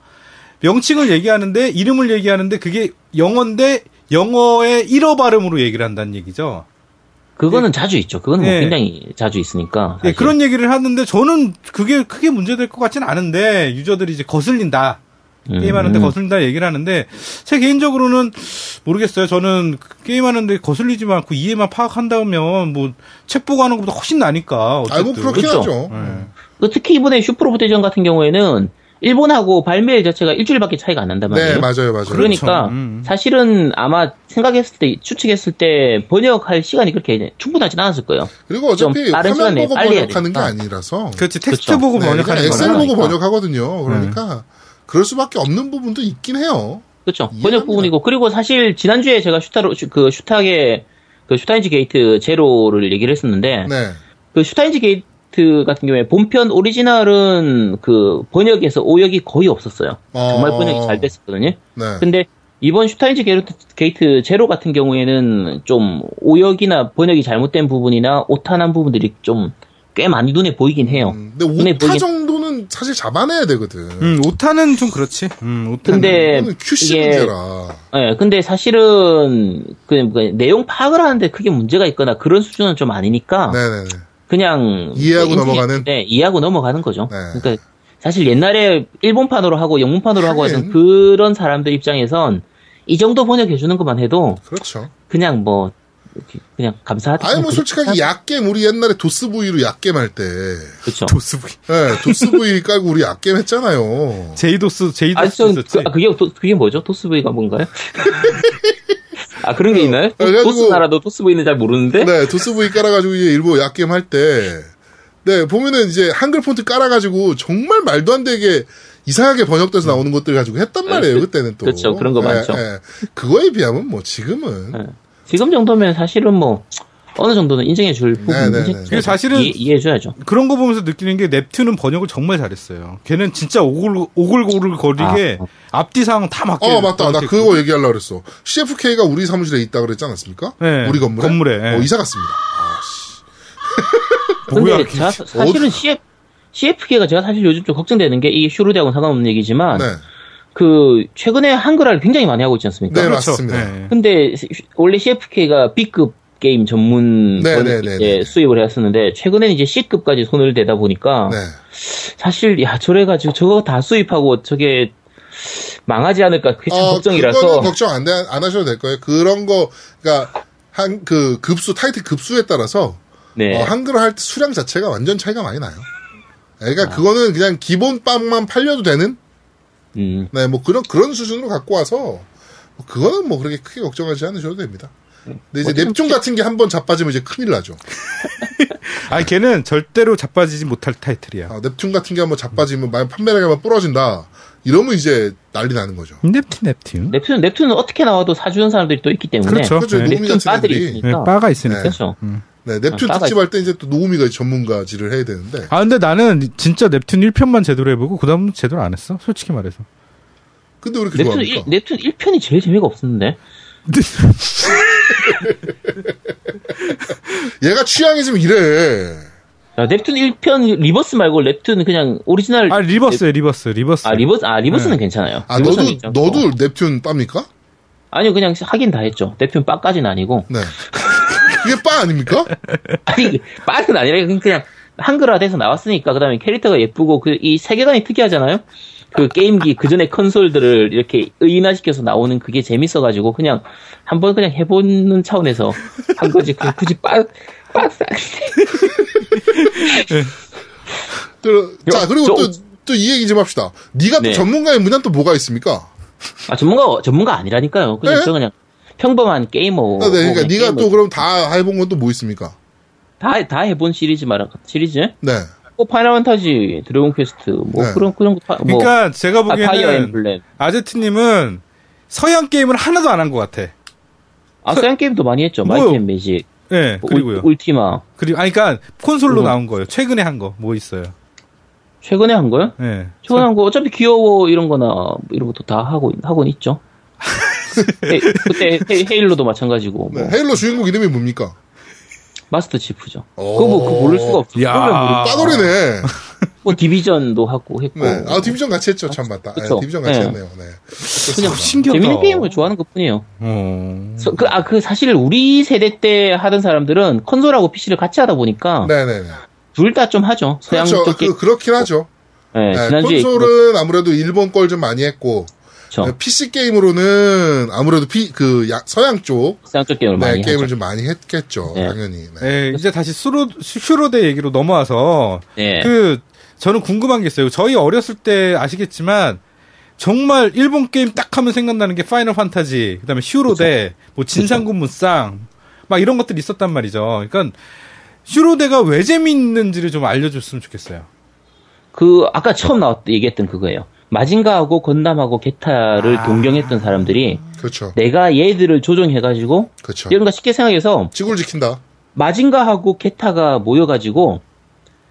명칭을 얘기하는데 이름을 얘기하는데 그게 영어인데 영어의 일어 발음으로 얘기를 한다는 얘기죠.
그거는 자주 있죠. 그거는 뭐
예.
굉장히 자주 있으니까.
예,
사실.
그런 얘기를 하는데 저는 그게 크게 문제될 것 같진 않은데 유저들이 이제 거슬린다.
음.
게임하는데 거슬린다 얘기를 하는데 제 개인적으로는 모르겠어요. 저는 게임하는데 거슬리지 않고 이해만 파악한다면 뭐 책보고 하는 것보다 훨씬 나니까. 어쨌든.
아, 뭐 그렇긴
그렇죠.
하죠.
예.
그 특히 이번에 슈프로포테전 같은 경우에는 일본하고 발매일 자체가 일주일밖에 차이가 안 난단 말이에요.
네, 맞아요, 맞아요.
그러니까
그렇죠. 음.
사실은 아마 생각했을 때 추측했을 때 번역할 시간이 그렇게 충분하진 않았을 거예요.
그리고 어차피
좀 빠른
화면
시간에
보고
빨리 해야
번역하는 게
되니까.
아니라서
그렇지 텍스트
그렇죠.
보고
네, 그냥
번역하는 네.
엑셀
거라.
보고
거니까.
번역하거든요. 그러니까 그럴 수밖에 없는 부분도 있긴 해요.
그렇죠.
이해합니다.
번역 부분이고 그리고 사실 지난주에 제가 슈타로 슈- 그 슈타의 그 슈타인즈 게이트 제로를 얘기를 했었는데
네.
그 슈타인즈 게이트 같은 경우에 본편 오리지널은 그 번역에서 오역이 거의 없었어요.
어.
정말 번역이 잘 됐었거든요.
네.
근데 이번 슈타인즈 게이트, 게이트 제로 같은 경우에는 좀 오역이나 번역이 잘못된 부분이나 오타난 부분들이 좀 꽤 많이 눈에 보이긴 해요.
음, 근데
눈에
5타
뭐 보이긴-
정도는 사실 잡아내야 되거든.
음, 오타는 좀 그렇지. 음, 오타는.
근데
이거는 QC
네, 이게-
문제라.
예, 근데 사실은 그, 그 내용 파악을 하는데 크게 문제가 있거나 그런 수준은 좀 아니니까
네네네.
그냥
이해하고
인지-
넘어가는?
네, 이해하고 넘어가는 거죠.
네.
그러니까 사실 옛날에 일본판으로 하고 영문판으로 하고
하긴.
하던 그런 사람들 입장에선 이 정도 번역해 주는 것만 해도
그렇죠.
그냥 뭐 이렇게 그냥 감사하다.
아니 뭐 솔직하게 약겜 우리 옛날에 도스부이로 약겜 할 때,
그렇죠.
도스부.
네, 도스부이 깔고 우리 약겜 했잖아요.
제이도스,
아,
제이도스
저,
있었지.
그, 아, 그게, 도, 그게 뭐죠? 토스브이가 뭔가요? 아, 그런 게 있나요? 토-
어, 그래가지고-
토스 나라도 토스브이는 잘 모르는데?
네, 도스부이 깔아가지고 이제 일부 약겜 할 때, 네 보면은 이제 한글 폰트 깔아가지고 정말 말도 안 되게 이상하게 번역돼서 나오는 것들 가지고 했단 말이에요 그때는 또.
네. 그렇죠. 그런 거
네,
많죠.
네. 그거에 비하면 뭐 지금은
네. 지금 정도면 사실은 뭐, 어느 정도는 인정해 줄
네, 네,
부분은
네.
그게 사실은-
이해, 해줘야죠
그런 거 보면서 느끼는 게 넵튠은 번역을 정말 잘했어요. 걔는 진짜 오글, 오글오글 거리게
아.
앞뒤 상황 다 맞게.
어 맞다 나
이렇게
그거 얘기하려고 그랬어 CFK가 우리 사무실에 있다 그랬지 않았습니까?
네.
우리 건물에,
건물에, 네.
어, 이사 갔습니다
뭐야,
근데
이렇게.
자- 사실은 CF, CFK가 제가 사실 요즘 좀 걱정되는 게 이 슈루대하고는 상관없는 얘기지만,
네,
그, 최근에 한글화를 굉장히 많이 하고 있지 않습니까?
네
그렇죠.
맞습니다
예.
근데 시- 원래 CFK가 B급 게임 전문
네,
번역기
네, 네,
이제
네.
수입을 해왔었는데 최근에는 이제 C급까지 손을 대다 보니까
네.
사실 야 저래 가지고 저거 다 수입하고 저게 망하지 않을까 그게 참
어,
걱정이라서
그거는 걱정 안, 돼- 안 하셔도 될 거예요 그런 거 그러니까 한 그 급수 타이틀 급수에 따라서
네.
어, 한글화 할 때 수량 자체가 완전 차이가 많이 나요 그러니까
아.
그거는 그냥 기본 빵만 팔려도 되는
음.
네 뭐 그런 그런 수준으로 갖고 와서 뭐 그거는 뭐 그렇게 크게 걱정하지 않으셔도 됩니다 근데 이제
뭐
넵튠 같은 게 한 번 자빠지면 이제 큰일 나죠
아니, 걔는 절대로 자빠지지 못할 타이틀이야.
아, 넵튠 같은 게 한번 자빠지면 만 판매량이 한번 부러진다. 이러면 이제 난리 나는 거죠.
넵튠, 넵튠.
넵튠 넵튠은 어떻게 나와도 사주는 사람들이 또 있기 때문에
그렇죠.
그렇죠.
네.
노우미
넵튠
같은
바들이
애들이.
예,
있으니까
바가 있으니까.
그렇죠
네, 넵튠
아,
특집 할 때 이제 또 노우미가 전문가질을 해야 되는데.
아, 근데 나는 진짜 넵튠 1편만 제대로 해보고, 그 다음 제대로 안 했어. 솔직히 말해서.
근데 왜 이렇게
넵튠, 일,
좋아합니까?
넵튠 1편이 제일 재미가 없었는데
얘가 취향이 좀 이래.
야, 아, 넵튠 1편 리버스 말고 넵튠 그냥 오리지널
아, 리버스에, 리버스, 리버스.
아 리버스 아 리버스는
네.
괜찮아요.
아, 너도,
리버스는 괜찮고.
너도 넵튠 빱니까?
아니요 그냥 하긴 다 했죠. 넵튠 빠까지는 아니고
네. 그게 빠 아닙니까?
아니 빠는 아니라 그냥- 그냥 한글화돼서 나왔으니까 그다음에 캐릭터가 예쁘고 그 이 세계관이 특이하잖아요. 그 게임기 그 전에 컨솔들을 이렇게 의인화시켜서 나오는 그게 재밌어가지고 그냥 한번 그냥 해보는 차원에서 한 거지 그 굳이 빠빠
그- 자,
요,
그리고
어, 저-
또, 또 이 얘기 좀 합시다. 네가 또
네.
전문가의 문제는 또 뭐가 있습니까?
아 전문가 전문가 아니라니까요. 그냥
네?
저 그냥 평범한 게이머.
아, 네, 그러니까 네가 또
그
그럼 다 해본 건 또 뭐 있습니까?
다다 해본 시리즈 말한 시리즈?
네.
뭐 파이널 판타지, 드래곤 퀘스트 뭐
네.
그런 그런 거 파, 뭐
그러니까 제가
아, 파이어
보기에는
엠블렘.
아제트님은 서양 게임을 하나도 안 한 것 같아.
아, 서양 게임도 많이 했죠.
뭐요?
마이트 앤 매직. 뭐,
예, 그리고요.
울, 티마
그리고, 아, 그니까, 콘솔로
음.
나온 거예요. 최근에 한 거, 뭐 있어요.
최근에 한 거요?
예.
최근에 한 거 어차피 귀여워 이런 거나 뭐 이런 것도 다 하고 하고는 있죠. 헤- 그때 헤, 헤일로도 마찬가지고 뭐
네, 헤일로 주인공 이름이 뭡니까?
마스터 치프죠.
오.
그거 뭐 그거 모를 수가 없어.
야.
그걸 모르-
빠돌이네.
뭐 디비전도 하고 했고
네. 아, 디비전 같이 했죠. 참 맞다. 네,
어. 그쵸.
디비전 같이
네.
했네요. 네.
참 신기하다.
재밌는 게임을 좋아하는 것뿐이에요.
어.
서- 그, 아, 그 사실 우리 세대 때 하던 사람들은 컨솔하고 PC를 같이 하다 보니까
네네네.
둘 다 좀 하죠. 서양
그렇죠.
쪽 게.
그, 그렇긴 하죠.
네,
네,
지난주에
콘솔은 네. 아무래도 일본 걸 좀 많이 했고,
그렇죠.
PC 게임으로는 아무래도 피, 그 야- 서양 쪽
서양 쪽 게임을
네,
많이
게임을
하죠.
좀 많이 했겠죠.
네.
당연히. 네.
예, 이제 다시 수로, 슈로대 얘기로 넘어와서,
네.
그, 저는 궁금한 게 있어요. 저희 어렸을 때 아시겠지만, 정말 일본 게임 딱 하면 생각나는 게 파이널 판타지, 그 다음에
그렇죠.
슈로데, 뭐 진상군무쌍, 막 이런 것들이 있었단 말이죠. 그러니까, 슈로데가 왜 재밌는지를 좀 알려줬으면 좋겠어요.
그 아까 처음 나왔 얘기했던 그거예요. 마징가하고 건담하고 게타를
아.
동경했던 사람들이
그렇죠.
내가 얘들을 조종해가지고
그렇죠.
여러분가 쉽게 생각해서
지구를 지킨다.
마징가하고 게타가 모여가지고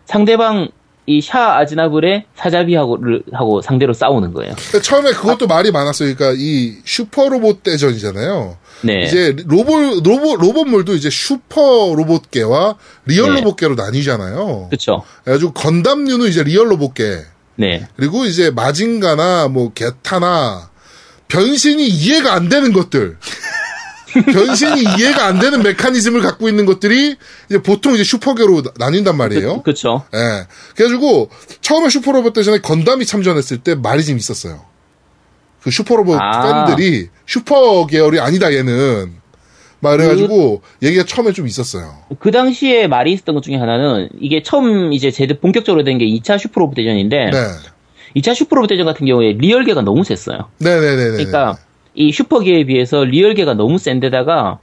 상대방 이 샤 아즈나블의 사자비하고를 하고 상대로 싸우는 거예요.
근데 그러니까 처음에 그것도 말이 많았어요. 그러니까 이 슈퍼 로봇 대전이잖아요.
네.
이제 로봇 로봇 로봇물도 이제 슈퍼 로봇계와 리얼
네.
로봇계로 나뉘잖아요.
그쵸.
그래가지고 건담류는 이제 리얼 로봇계
네.
그리고 이제 마징가나 뭐 게타나 변신이 이해가 안 되는 것들. 변신이 이해가 안 되는 메커니즘을 갖고 있는 것들이 이제 보통 이제 슈퍼계로 나- 나뉜단 말이에요.
그, 쵸
예. 그래가지고 처음에 슈퍼로봇 대전에 건담이 참전했을 때 말이 좀 있었어요. 그 슈퍼로봇
아.
팬들이 슈퍼 계열이 아니다 얘는 막 그래가지고 얘기가 처음에 좀 있었어요.
그 당시에 말이 있었던 것 중에 하나는 이게 처음 이제 제대 본격적으로 된 게 2차 슈퍼로봇 대전인데
네,
2차 슈퍼로봇 대전 같은 경우에 리얼계가 너무 셌어요.
네, 네, 네, 네.
그러니까 이 슈퍼계에 비해서 리얼계가 너무 센데다가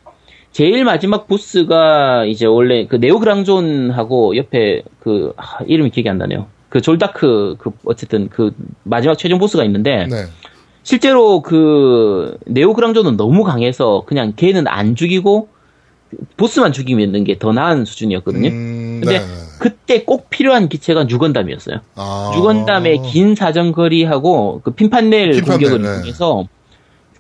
제일 마지막 보스가 이제 원래 그 네오그랑존하고 옆에 그 아, 이름이 기억이 안 나네요. 그 졸다크 그 어쨌든 그 마지막 최종 보스가 있는데
네,
실제로 그 네오그랑존은 너무 강해서 그냥 걔는 안 죽이고 보스만 죽이는 게 더 나은 수준이었거든요.
음,
근데 그때 꼭 필요한 기체가 유건담이었어요.
아.
유건담의 긴 사정거리하고 그 핀판넬
핀판넬,
공격을
네.
통해서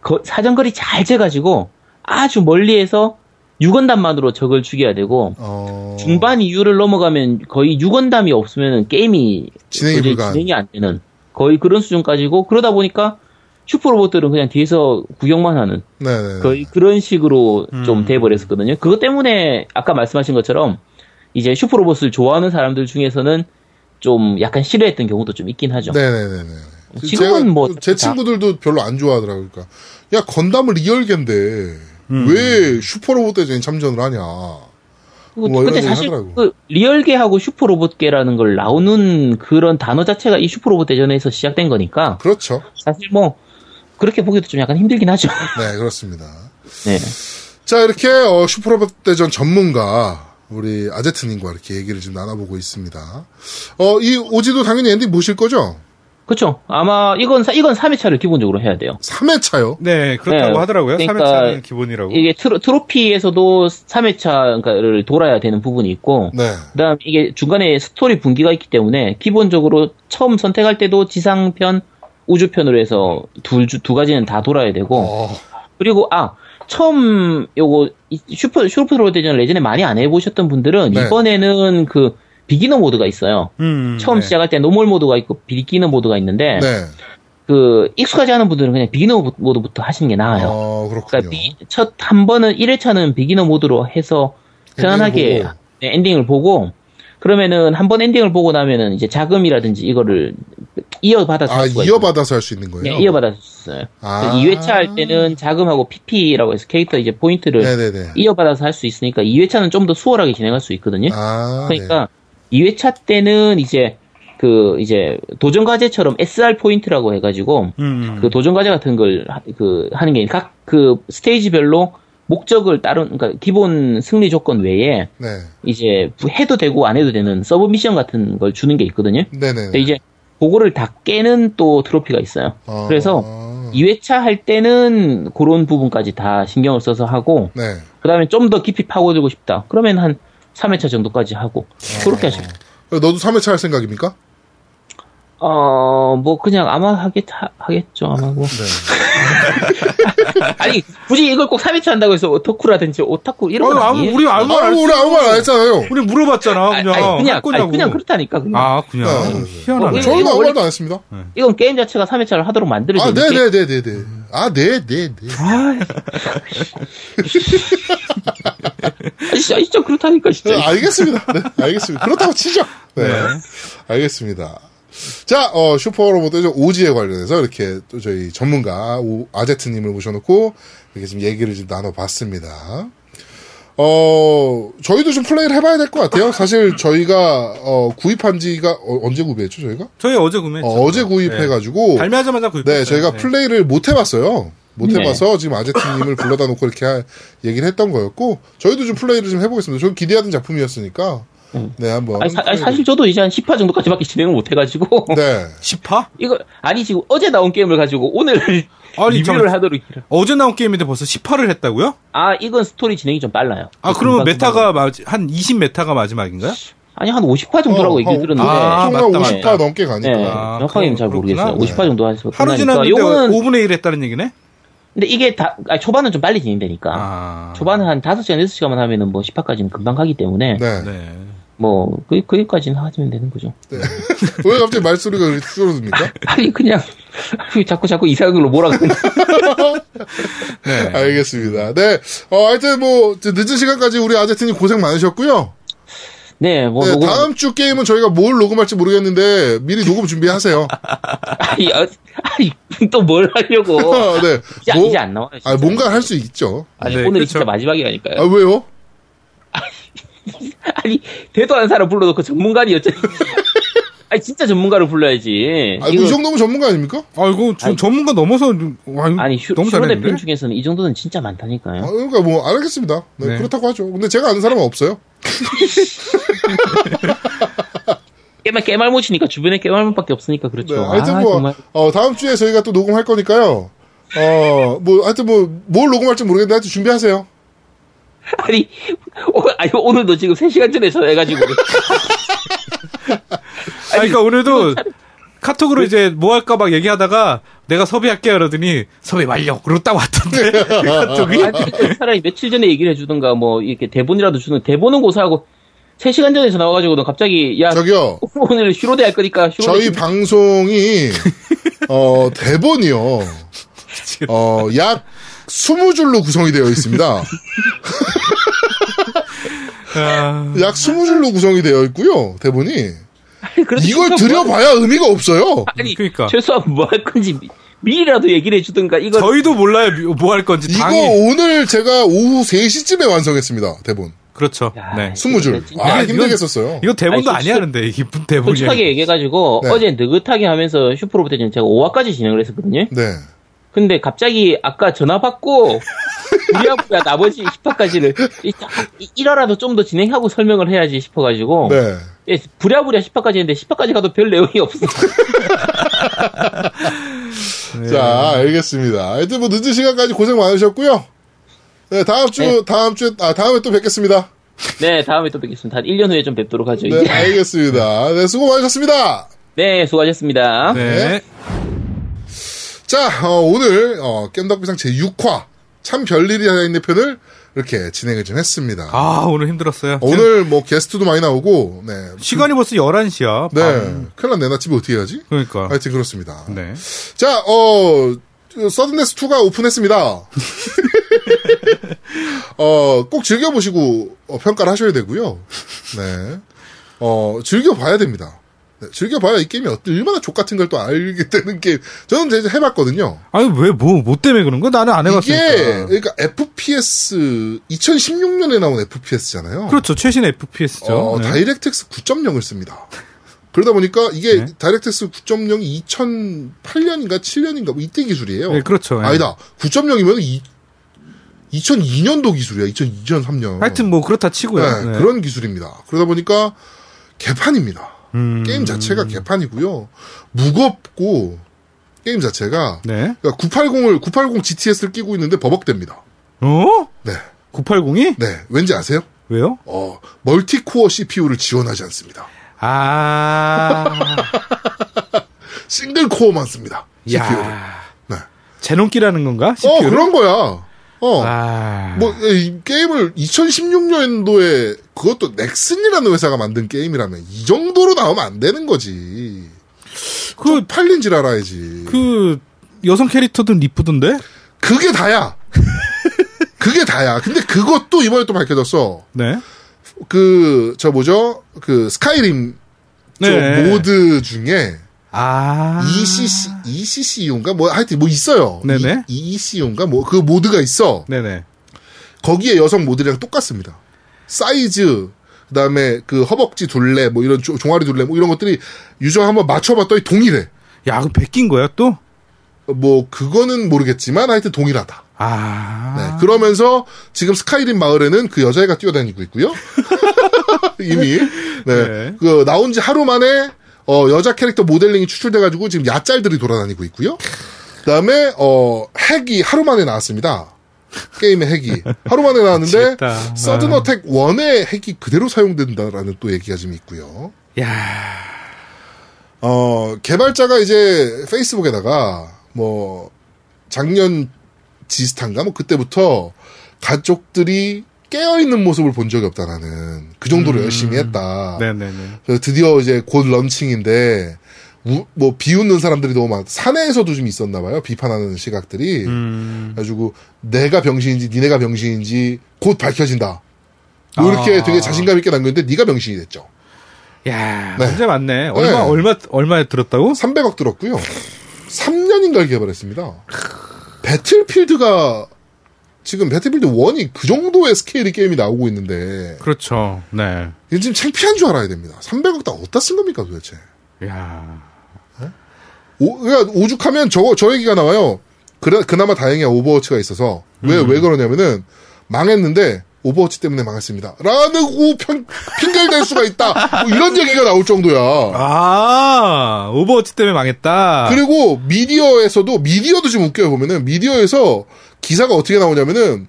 거- 사정거리 잘 재가지고 아주 멀리에서 유건담만으로 적을 죽여야 되고
어.
중반 이후를 넘어가면 거의 유건담이 없으면 게임이
진행이
도저히
불가한.
진행이 안 되는 거의 그런 수준까지고 그러다 보니까 슈퍼로봇들은 그냥 뒤에서 구경만 하는
네, 네, 네.
거의 그런 식으로
음.
좀 돼버렸었거든요. 그것 때문에 아까 말씀하신 것처럼 이제 슈퍼로봇을 좋아하는 사람들 중에서는 좀 약간 싫어했던 경우도 좀 있긴 하죠.
네네네네.
지금은
제가
뭐
제
다-
친구들도 별로 안 좋아하더라고요. 그러니까 야 건담은 리얼계인데 왜 슈퍼로봇 대전에 참전을 하냐.
그,
뭐
근데
이런 얘기
사실
하더라고.
그 리얼계하고 슈퍼로봇계라는 걸 나오는 그런 단어 자체가 이 슈퍼로봇 대전에서 시작된 거니까
그렇죠.
사실 뭐 그렇게 보기도 좀 약간 힘들긴 하죠.
네 그렇습니다.
네.
자 이렇게 어, 슈퍼로봇 대전 전문가 우리 아제트님과 이렇게 얘기를 지금 나눠보고 있습니다. 어이 오지도 당연히 엔딩 보실 거죠?
그렇죠. 아마 이건 사- 이건 3회차를 기본적으로 해야 돼요.
3회차요.
네, 그렇다고
네,
하더라고요.
그러니까
3회차는 기본이라고.
이게 트로, 트로피에서도 3회차를 돌아야 되는 부분이 있고
네.
그다음 이게 중간에 스토리 분기가 있기 때문에 기본적으로 처음 선택할 때도 지상편, 우주편으로 해서 둘, 주- 두 가지는 다 돌아야 되고
어,
그리고 아 처음 요거 이 슈퍼 슈퍼로 대전 을 예전에 많이 안 해보셨던 분들은
네.
이번에는 그 비기너 모드가 있어요.
음,
처음
네.
시작할 때 노멀 모드가 있고 비기너 모드가 있는데
네.
그 익숙하지 않은 분들은 그냥 비기너 모드부터 하시는 게 나아요.
어
그러니까
그렇군요.
첫 한 번은 1회차는 비기너 모드로 해서 편안하게
엔딩을
엔딩을 보고, 엔딩을 보고 그러면은 한 번 엔딩을 보고 나면은 이제 자금이라든지 이거를 이어받아서
아
할 수가
이어받아서 할 수 있는
있어요.
거예요.
네, 이어받았어요.
아.
2회차 할 때는 자금하고 PP라고 해서 캐릭터 이제 포인트를
네네네.
이어받아서 할 수 있으니까 2회차는 좀 더 수월하게 진행할 수 있거든요.
아,
그러니까 2회차 때는 이제 그 이제 도전 과제처럼 SR 포인트라고 해가지고
음,
그 도전 과제 같은 걸 그 하는 게 각 그 스테이지별로 목적을 따른 그러니까 기본 승리 조건 외에
네. 네.
이제 해도 되고 안 해도 되는 서브 미션 같은 걸 주는 게 있거든요.
네네.
아.
근데 이제 그거를 다 깨는 또 트로피가 있어요. 그래서 2회차 할 때는 그런 부분까지 다 신경을 써서 하고
네.
그 다음에 좀 더 깊이 파고들고 싶다. 그러면 한 3회차 정도까지 하고 그렇게 하시면
너도 3회차 할 생각입니까?
어, 뭐, 그냥 아마 하겠, 하, 하겠죠, 아마
네.
뭐. 아니, 굳이 이걸 꼭 3회차 한다고 해서 오토쿠라든지 오타쿠 이런 건
어, 아유, 아무,
아니에요.
우리 아무 말 안
아무, 우리
했어.
아무 말 안 했잖아요.
우리 물어봤잖아,
아니,
그냥.
아니, 그냥,
할 거냐고.
아니, 그냥 그렇다니까, 그냥.
아, 그냥.
네.
희한하네.
어,
저희도
이거
아무
원래-
말도 안 했습니다.
이건 게임 자체가 3회차를 하도록 만들어진
아,
는
네네네네네. 아, 네네네.
아, 진짜, 진짜 그렇다니까, 진짜.
아,
네, 알겠습니다. 네, 알겠습니다. 그렇다고 치죠. 네.
네.
알겠습니다. 자, 어, 슈퍼로봇 오지에 관련해서 이렇게 또 저희 전문가 오- 아제트님을 모셔놓고 이렇게 지금 얘기를 좀 나눠봤습니다. 어, 저희도 좀 플레이를 해봐야 될 것 같아요. 사실 저희가, 어, 구입한 지가, 어, 언제 구입했죠, 저희가?
저희 어제 구매했죠.
어, 어제 구입해가지고.
발매하자마자 구입했어요.
네, 저희가 플레이를 못 해봤어요. 못
네.
해봐서 지금 아제트님을 불러다 놓고 이렇게 하- 얘기를 했던 거였고, 저희도 좀 플레이를 좀 해보겠습니다. 좀 기대하던 작품이었으니까. 네, 한번.
아니, 사,
플레이를-
실 저도 이제 한 10화 정도까지밖에 진행을 못해가지고.
네.
10화?
이거, 아니, 지금 어제 나온 게임을 가지고 오늘
아니,
리뷰를
잠-
하도록. 이래.
어제 나온 게임인데 벌써 10화를 했다고요?
아, 이건 스토리 진행이 좀 빨라요.
아, 그러면
금방, 금방.
메타가, 마지- 한 20메타가 마지막인가요?
아니, 한 50화 정도라고
어,
얘기를
어,
들었는데.
아,
통화
맞다,
50화
맞다.
넘게 가니까.
네,
아,
정확하게는 잘
그렇구나.
모르겠어요.
네.
50화 정도 해서
하루
끝나니까.
지났는데
그러니까 요거는
5분의 1 했다는 얘기네?
근데 이게 다 아니, 초반은 좀 빨리 진행되니까
아.
초반은 한 5시간 6시간만 하면은 뭐 10화까지는 금방 가기 때문에
네.
네.
뭐 그, 거기까지는 하시면 되는 거죠.
왜 갑자기 말소리가 그렇게 줄어듭니까?
아니 그냥 자꾸 자꾸 이상으로 몰아가는
네.
알겠습니다. 네. 어, 하여튼 뭐, 이제 늦은 시간까지 우리 아제트님 고생 많으셨고요.
네, 뭐
네,
녹음
다음 주 게임은 저희가 뭘 녹음할지 모르겠는데, 미리 녹음 준비하세요.
아니, 아, 니 또 뭘 하려고
아, 네.
이제,
뭐-
어. 이제 안 나와요. 진짜.
아, 뭔가 할 수 있죠.
아니
네,
오늘이
그렇죠.
진짜 마지막이라니까요.
아, 왜요?
아니 대도 안 사람 불러놓고 전문가리였죠. 아니 진짜 전문가를 불러야지.
아, 뭐이 정도면 전문가 아닙니까?
아, 이거 저-
아니.
전문가 넘어서, 와, 이거
아니 슈,
너무
슈로 대표
잘했는데?
중에서는 이 정도는 진짜
아,
많다니까요.
그러니까 뭐 알겠습니다. 네,
네.
그렇다고 하죠. 근데 제가 아는 사람은 없어요.
깨말 깨말못이니까 주변에 깨말못밖에 없으니까 그렇죠.
네, 하여튼
아,
뭐
정말.
어, 다음 주에 저희가 또 녹음할 거니까요. 어, 뭐 하여튼 뭐 뭘 녹음할지 모르겠는데 하여튼 준비하세요.
아니, 오, 아니 오늘도 지금 3시간 전에 전화해가지고
아, 그러니까 오늘도 카톡으로 이제 뭐 할까 막 얘기하다가 내가 섭외할게요. 그러더니 섭외 완료. 그러고 딱 왔던데. 카톡이.
아니, 차라리 며칠 전에 얘기를 해주든가 뭐 이렇게 대본이라도 주는 대본은 고사하고 3시간 전에 전화와가지고 갑자기 야
저기요.
오늘 휴로대 할 거니까 휴로대
저희 방송이 어, 대본이요. 어, 약 20줄로 구성이 되어 있습니다.
네.
아,
약 20줄로 구성이 되어 있고요. 대본이.
아니, 그래도
이걸
진짜 뭐-
들여봐야 의미가 없어요.
아니
그러니까.
최소한 뭐 할 건지 미- 미리라도 얘기를 해주든가 이거
저희도 몰라요. 뭐 할 건지.
이거
당이.
오늘 제가 오후 3시쯤에 완성했습니다. 대본.
그렇죠.
야,
네.
20줄.
진짜
아,
이건-
힘들게 썼어요.
이거 대본도
아니,
아니, 야 하는데 이게 무슨 대본이야.
솔직하게 얘기해가지고
네.
어제 느긋하게 하면서 슈퍼로봇 대전 제가 5화까지 진행을 했었거든요
네.
근데 갑자기 아까 전화 받고 우리하고 나머지 10화까지를 1화라도 좀 더 진행하고 설명을 해야지 싶어가지고
네.
예, 부랴부랴 10화까지 했는데 10화까지 가도 별 내용이 없어
네.
자, 알겠습니다. 하여튼 뭐 늦은 시간까지 고생 많으셨고요. 네, 다음 주,
네.
다음 주에, 아, 다음에 또 뵙겠습니다.
네 다음에 또 뵙겠습니다 한 1년 후에 좀 뵙도록 하죠
예.
네,
이제.
알겠습니다. 네, 수고 많으셨습니다.
네 수고하셨습니다
네.
자, 어, 오늘, 어, 깸덕비상 제6화, 참 별일이 하나 있는 편을 이렇게 진행을 좀 했습니다.
아, 오늘 힘들었어요.
오늘 뭐 게스트도 많이 나오고, 네.
시간이 벌써 11시야.
네. 아, 큰일 났네. 나 집에 어떻게 가지?
그러니까.
하여튼 그렇습니다.
아, 네.
자, 어, 서든데스2가 오픈했습니다. 어, 꼭 즐겨보시고 어, 평가를 하셔야 되고요. 네. 어, 즐겨봐야 됩니다. 네, 즐겨봐야 이 게임이 어떤- 얼마나 족 같은 걸 또 알게 되는 게임. 저는 이제 해봤거든요.
아니, 왜, 뭐, 뭐 때문에 그런 거야? 나는 안 해봤으니까.
이게, 그러니까 FPS, 2016년에 나온 FPS잖아요.
그렇죠. 최신 FPS죠.
어,
네.
다이렉트엑스 9.0을 씁니다. 그러다 보니까 이게
네.
다이렉트엑스 9.0이 2008년인가 7년인가 뭐 이때 기술이에요.
네, 그렇죠. 예.
아니다. 9.0이면 이, 2002년도 기술이야. 2002년 3년.
하여튼 뭐 그렇다 치고요. 네.
그런 기술입니다. 그러다 보니까 개판입니다.
음.
게임 자체가 개판이고요. 무겁고 게임 자체가
네.
그러니까 980을 980 GTS를 끼고 있는데 버벅댑니다.
어?
네.
980이?
네. 왠지 아세요?
왜요?
어, 멀티코어 CPU를 지원하지 않습니다.
아.
싱글 코어만 씁니다. CPU를.
야.
네.
제논기라는 건가?
어,
CPU.
그런 거야. 어.
아.
뭐, 이 게임을 2016년도에 그것도 넥슨이라는 회사가 만든 게임이라면 이 정도로 나오면 안 되는 거지.
그,
팔린 줄 알아야지.
그, 여성 캐릭터든 이쁘던데?
그게 다야. 그게 다야. 근데 그것도 이번에 또 밝혀졌어.
네.
그, 저 뭐죠? 그, 스카이림, 저
네.
모드 중에,
아.
ECC, ECCU인가? 뭐, 하여튼 뭐 있어요.
네네.
ECCU인가? 뭐, 그 모드가 있어.
네네.
거기에 여성 모델이랑 똑같습니다. 사이즈, 그 다음에 그 허벅지 둘레, 뭐 이런 조- 종아리 둘레, 뭐 이런 것들이 유저 한번 맞춰봤더니 동일해.
야, 그 베낀 거야, 또?
뭐, 그거는 모르겠지만 하여튼 동일하다.
아.
네, 그러면서 지금 스카이림 마을에는 그 여자애가 뛰어다니고 있고요. 이미. 네.
네.
그 나온 지 하루 만에 어, 여자 캐릭터 모델링이 추출돼가지고 지금 야짤들이 돌아다니고 있고요. 그다음에 어, 핵이 하루 만에 나왔습니다. 게임의 핵이 하루 만에 나왔는데
미치겠다.
서든
아.
어택 1의 핵이 그대로 사용된다라는 또 얘기가 지금 있고요.
야.
어, 개발자가 이제 페이스북에다가 뭐 작년 지스탄가 뭐 그때부터 가족들이 깨어 있는 모습을 본 적이 없다라는 그 정도로 열심히 했다.
음. 네네네.
그래서 드디어 이제 곧 런칭인데 우- 뭐 비웃는 사람들이 너무 많. 사내에서도 좀 있었나 봐요. 비판하는 시각들이.
음.
가지고 내가 병신인지 니네가 병신인지 곧 밝혀진다. 뭐 이렇게
아.
되게 자신감 있게 남겼는데 니가 병신이 됐죠.
야,
네.
문제 많네. 얼마, 얼마, 얼마에 들었다고?
300억 들었고요. 3년인가를 개발했습니다. 배틀필드가 지금 배틀필드 1이 그 정도의 스케일의 게임이 나오고 있는데
그렇죠. 네.
이게 지금 창피한 줄 알아야 됩니다. 300억 다 어디다 쓴 겁니까 도대체?
야.
오, 그러니까 오죽하면 저, 저 얘기가 나와요. 그래, 그나마 다행이야 오버워치가 있어서 왜 왜 그러냐면은 망했는데 오버워치 때문에 망했습니다. 라는 오, 편, 핑계를 댈 수가 있다. 뭐 이런 얘기가 나올 정도야.
아, 오버워치 때문에 망했다.
그리고 미디어에서도 미디어도 좀 웃겨요 보면은 미디어에서 기사가 어떻게 나오냐면은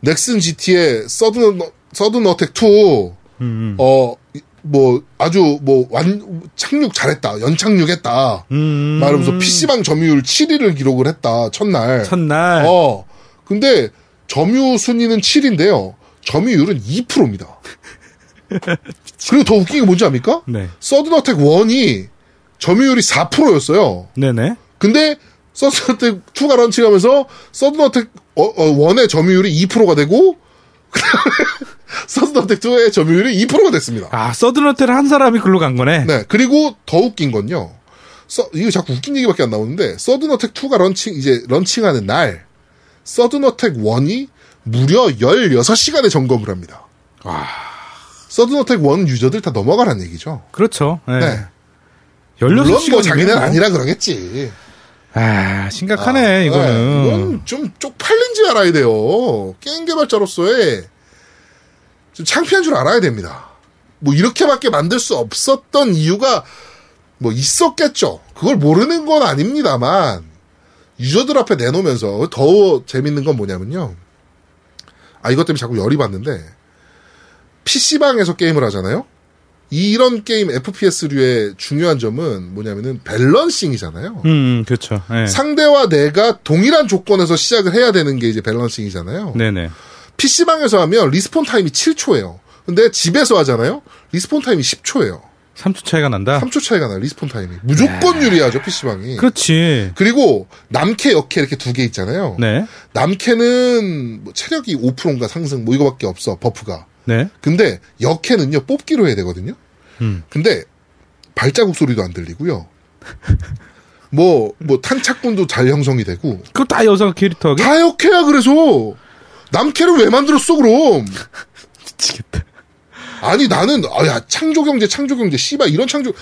넥슨 GT의 서든 어- 서든 어택 2
음.
어뭐 아주 뭐 완 착륙 잘했다 연착륙했다
음.
말하면서 PC방 점유율 7위를 기록을 했다 첫날
첫날.
어 근데 점유 순위는 7인데요 점유율은 2%입니다 그리고 더 웃긴 게 뭔지 압니까?
네.
서든 어택 1이 점유율이 4%였어요.
네네.
근데 서든 어택 2가 런칭하면서 서든 어택 어, 어, 1의 점유율이 2%가 되고 그다음에 서든 어택 2의 점유율이 2%가 됐습니다.
아, 서든어텔 한 사람이 글로 간 거네.
네. 그리고 더 웃긴 건요. 서, 이거 자꾸 웃긴 얘기밖에 안 나오는데 서든 어택 2가 런칭 이제 런칭하는 날 서든 어택 1이 무려 16시간의 점검을 합니다. 서든 어택 1 유저들 다 넘어가란 얘기죠.
그렇죠. 네.
네.
16시간.
물론 뭐 자기는 아니라 그러겠지.
아, 심각하네,
아,
이거는.
네, 이건 좀 쪽팔린 줄 알아야 돼요. 게임 개발자로서의 좀 창피한 줄 알아야 됩니다. 뭐 이렇게밖에 만들 수 없었던 이유가 뭐 있었겠죠. 그걸 모르는 건 아닙니다만 유저들 앞에 내놓으면서 더 재밌는 건 뭐냐면요. 아 이것 때문에 자꾸 열이 받는데 PC방에서 게임을 하잖아요. 이런 게임 FPS류의 중요한 점은 뭐냐면은 밸런싱이잖아요.
음, 그렇죠. 네.
상대와 내가 동일한 조건에서 시작을 해야 되는 게 이제 밸런싱이잖아요.
네네.
PC방에서 하면 리스폰 타임이 7초예요. 근데 집에서 하잖아요. 리스폰 타임이 10초예요.
3초 차이가 난다?
3초 차이가 나요. 리스폰 타임이. 무조건 유리하죠, PC방이.
아. 그렇지.
그리고 남캐, 역캐 이렇게 두 개 있잖아요.
네.
남캐는 뭐 체력이 5%인가 상승 뭐 이거밖에 없어. 버프가.
네.
근데 역캐는요. 뽑기로 해야 되거든요.
음.
근데 발자국 소리도 안 들리고요. 뭐 뭐 탄착군도 잘 형성이 되고
그거 다 여성 캐릭터하게?
다 역해야 그래서 남캐를 왜 만들었어 그럼
미치겠다. 아니,
아니 나는 아야 창조경제 창조경제 씨발 이런 창조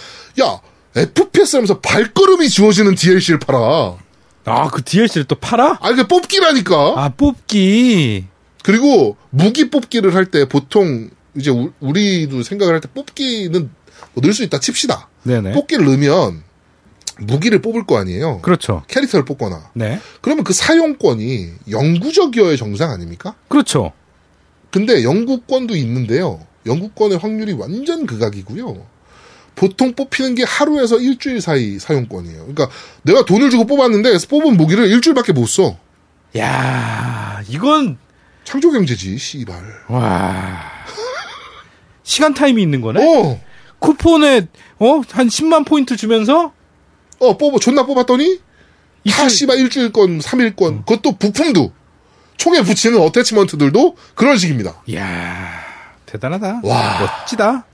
야 FPS 하면서 발걸음이 지워지는 DLC를 팔아
아, 그 DLC를 또 팔아?
아 이게 뽑기라니까
아, 뽑기.
그리고 무기 뽑기를 할 때 보통 이제 우- 우리도 생각을 할 때 뽑기는 뭐 넣을 수 있다 칩시다
네네.
뽑기를 넣으면 무기를 뽑을 거 아니에요.
그렇죠.
캐릭터를 뽑거나.
네.
그러면 그 사용권이 영구적이어야 정상 아닙니까?
그렇죠.
근데 영구권도 있는데요. 영구권의 확률이 완전 극악이고요. 보통 뽑히는 게 하루에서 일주일 사이 사용권이에요. 그러니까 내가 돈을 주고 뽑았는데 뽑은 무기를 일주일밖에 못 써.
야 이건
창조 경제지, 씨발.
와 시간 타임이 있는 거네.
어,
쿠폰에 어한 10만 포인트 주면서
어 뽑아 존나 뽑았더니 다
이틀-
씨발 일주일권,
음.
삼일권. 그것도 부품도 총에 붙이는 어태치먼트들도 그런 식입니다.
야 대단하다.
와.
멋지다.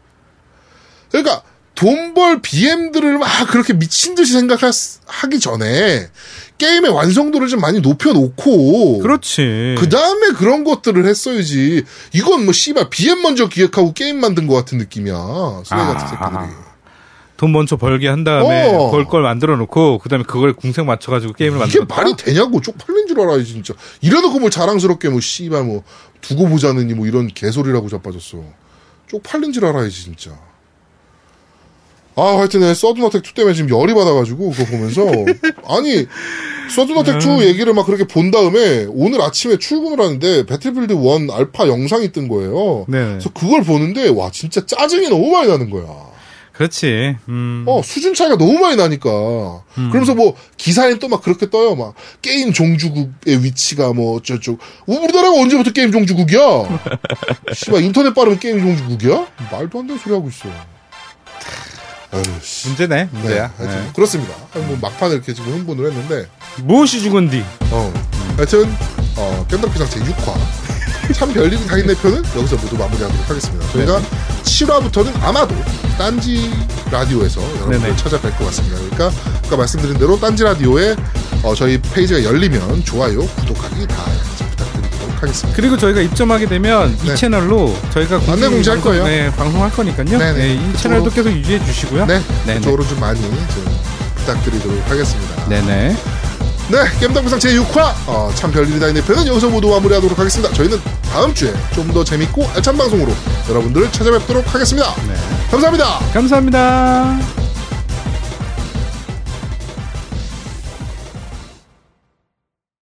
그러니까 돈 벌 BM들을 막 그렇게 미친 듯이 생각하기 전에 게임의 완성도를 좀 많이 높여놓고
그렇죠. 그렇지.
그 다음에 그런 것들을 했어야지. 이건 뭐 씨발 BM 먼저 기획하고 게임 만든 것 같은 느낌이야. 쓰레기 같은
아.
새끼들이.
돈 먼저 벌게 한 다음에
어.
벌 걸 만들어 놓고 그다음에 그걸 궁색 맞춰 가지고 게임을
이게
아. 만들어.
말이 되냐고 쪽팔린 줄 알아요 진짜. 이래놓고 뭘 자랑스럽게 뭐 씨발 뭐 두고 보자느니 뭐 이런 개소리라고 자빠졌어. 쪽팔린 줄 알아야지 진짜. 아 하여튼 내 서든어택 2 때문에 지금 열이 받아가지고 그거 보면서 아니 서든어택 2 얘기를 막 그렇게 본 다음에 오늘 아침에 출근을 하는데 배틀필드 1 알파 영상이 뜬 거예요.
네.
그래서 그걸 보는데 와 진짜 짜증이 너무 많이 나는 거야.
그렇지. 음.
어, 수준 차이가 너무 많이 나니까. 그러면서 뭐, 기사엔 또 막 그렇게 떠요. 막, 게임 종주국의 위치가 뭐, 어쩌고. 우리나라가 언제부터 게임 종주국이야? 씨발, 인터넷 빠르면 게임 종주국이야? 말도 안 되는 소리 하고 있어. 아유, 씨.
문제네.
네,
문제야.
하여튼
네.
그렇습니다. 아, 뭐 막판에 이렇게 지금 흥분을 했는데,
무엇이 죽은 뒤?
어. 하여튼, 어, 깸덕비상 제6화. 참 별일이 다 있네 편은 여기서 모두 마무리하도록 하겠습니다. 저희가
네.
7화부터는 아마도 딴지 라디오에서 여러분들
네네.
찾아뵐 것 같습니다. 그러니까 아까 말씀드린 대로 딴지 라디오에 어, 저희 페이지가 열리면 좋아요, 구독하기 다 부탁드리도록 하겠습니다.
그리고 저희가 입점하게 되면
네.
이 채널로 저희가
안내
공식
공지할
방송-
거예요.
네, 방송할 거니까요.
네네.
네, 이
그쪽으로-
채널도 계속 유지해 주시고요.
네,
네네.
그쪽으로 좀 많이 좀 부탁드리도록 하겠습니다. 네,
네네.
깸덕비상 제6화 어, 참 별일이 다 있네 편은 여기서 모두 마무리하도록 하겠습니다. 저희는 다음 주에 좀 더 재밌고 알찬 방송으로 여러분들을 찾아뵙도록 하겠습니다. 감사합니다.
감사합니다.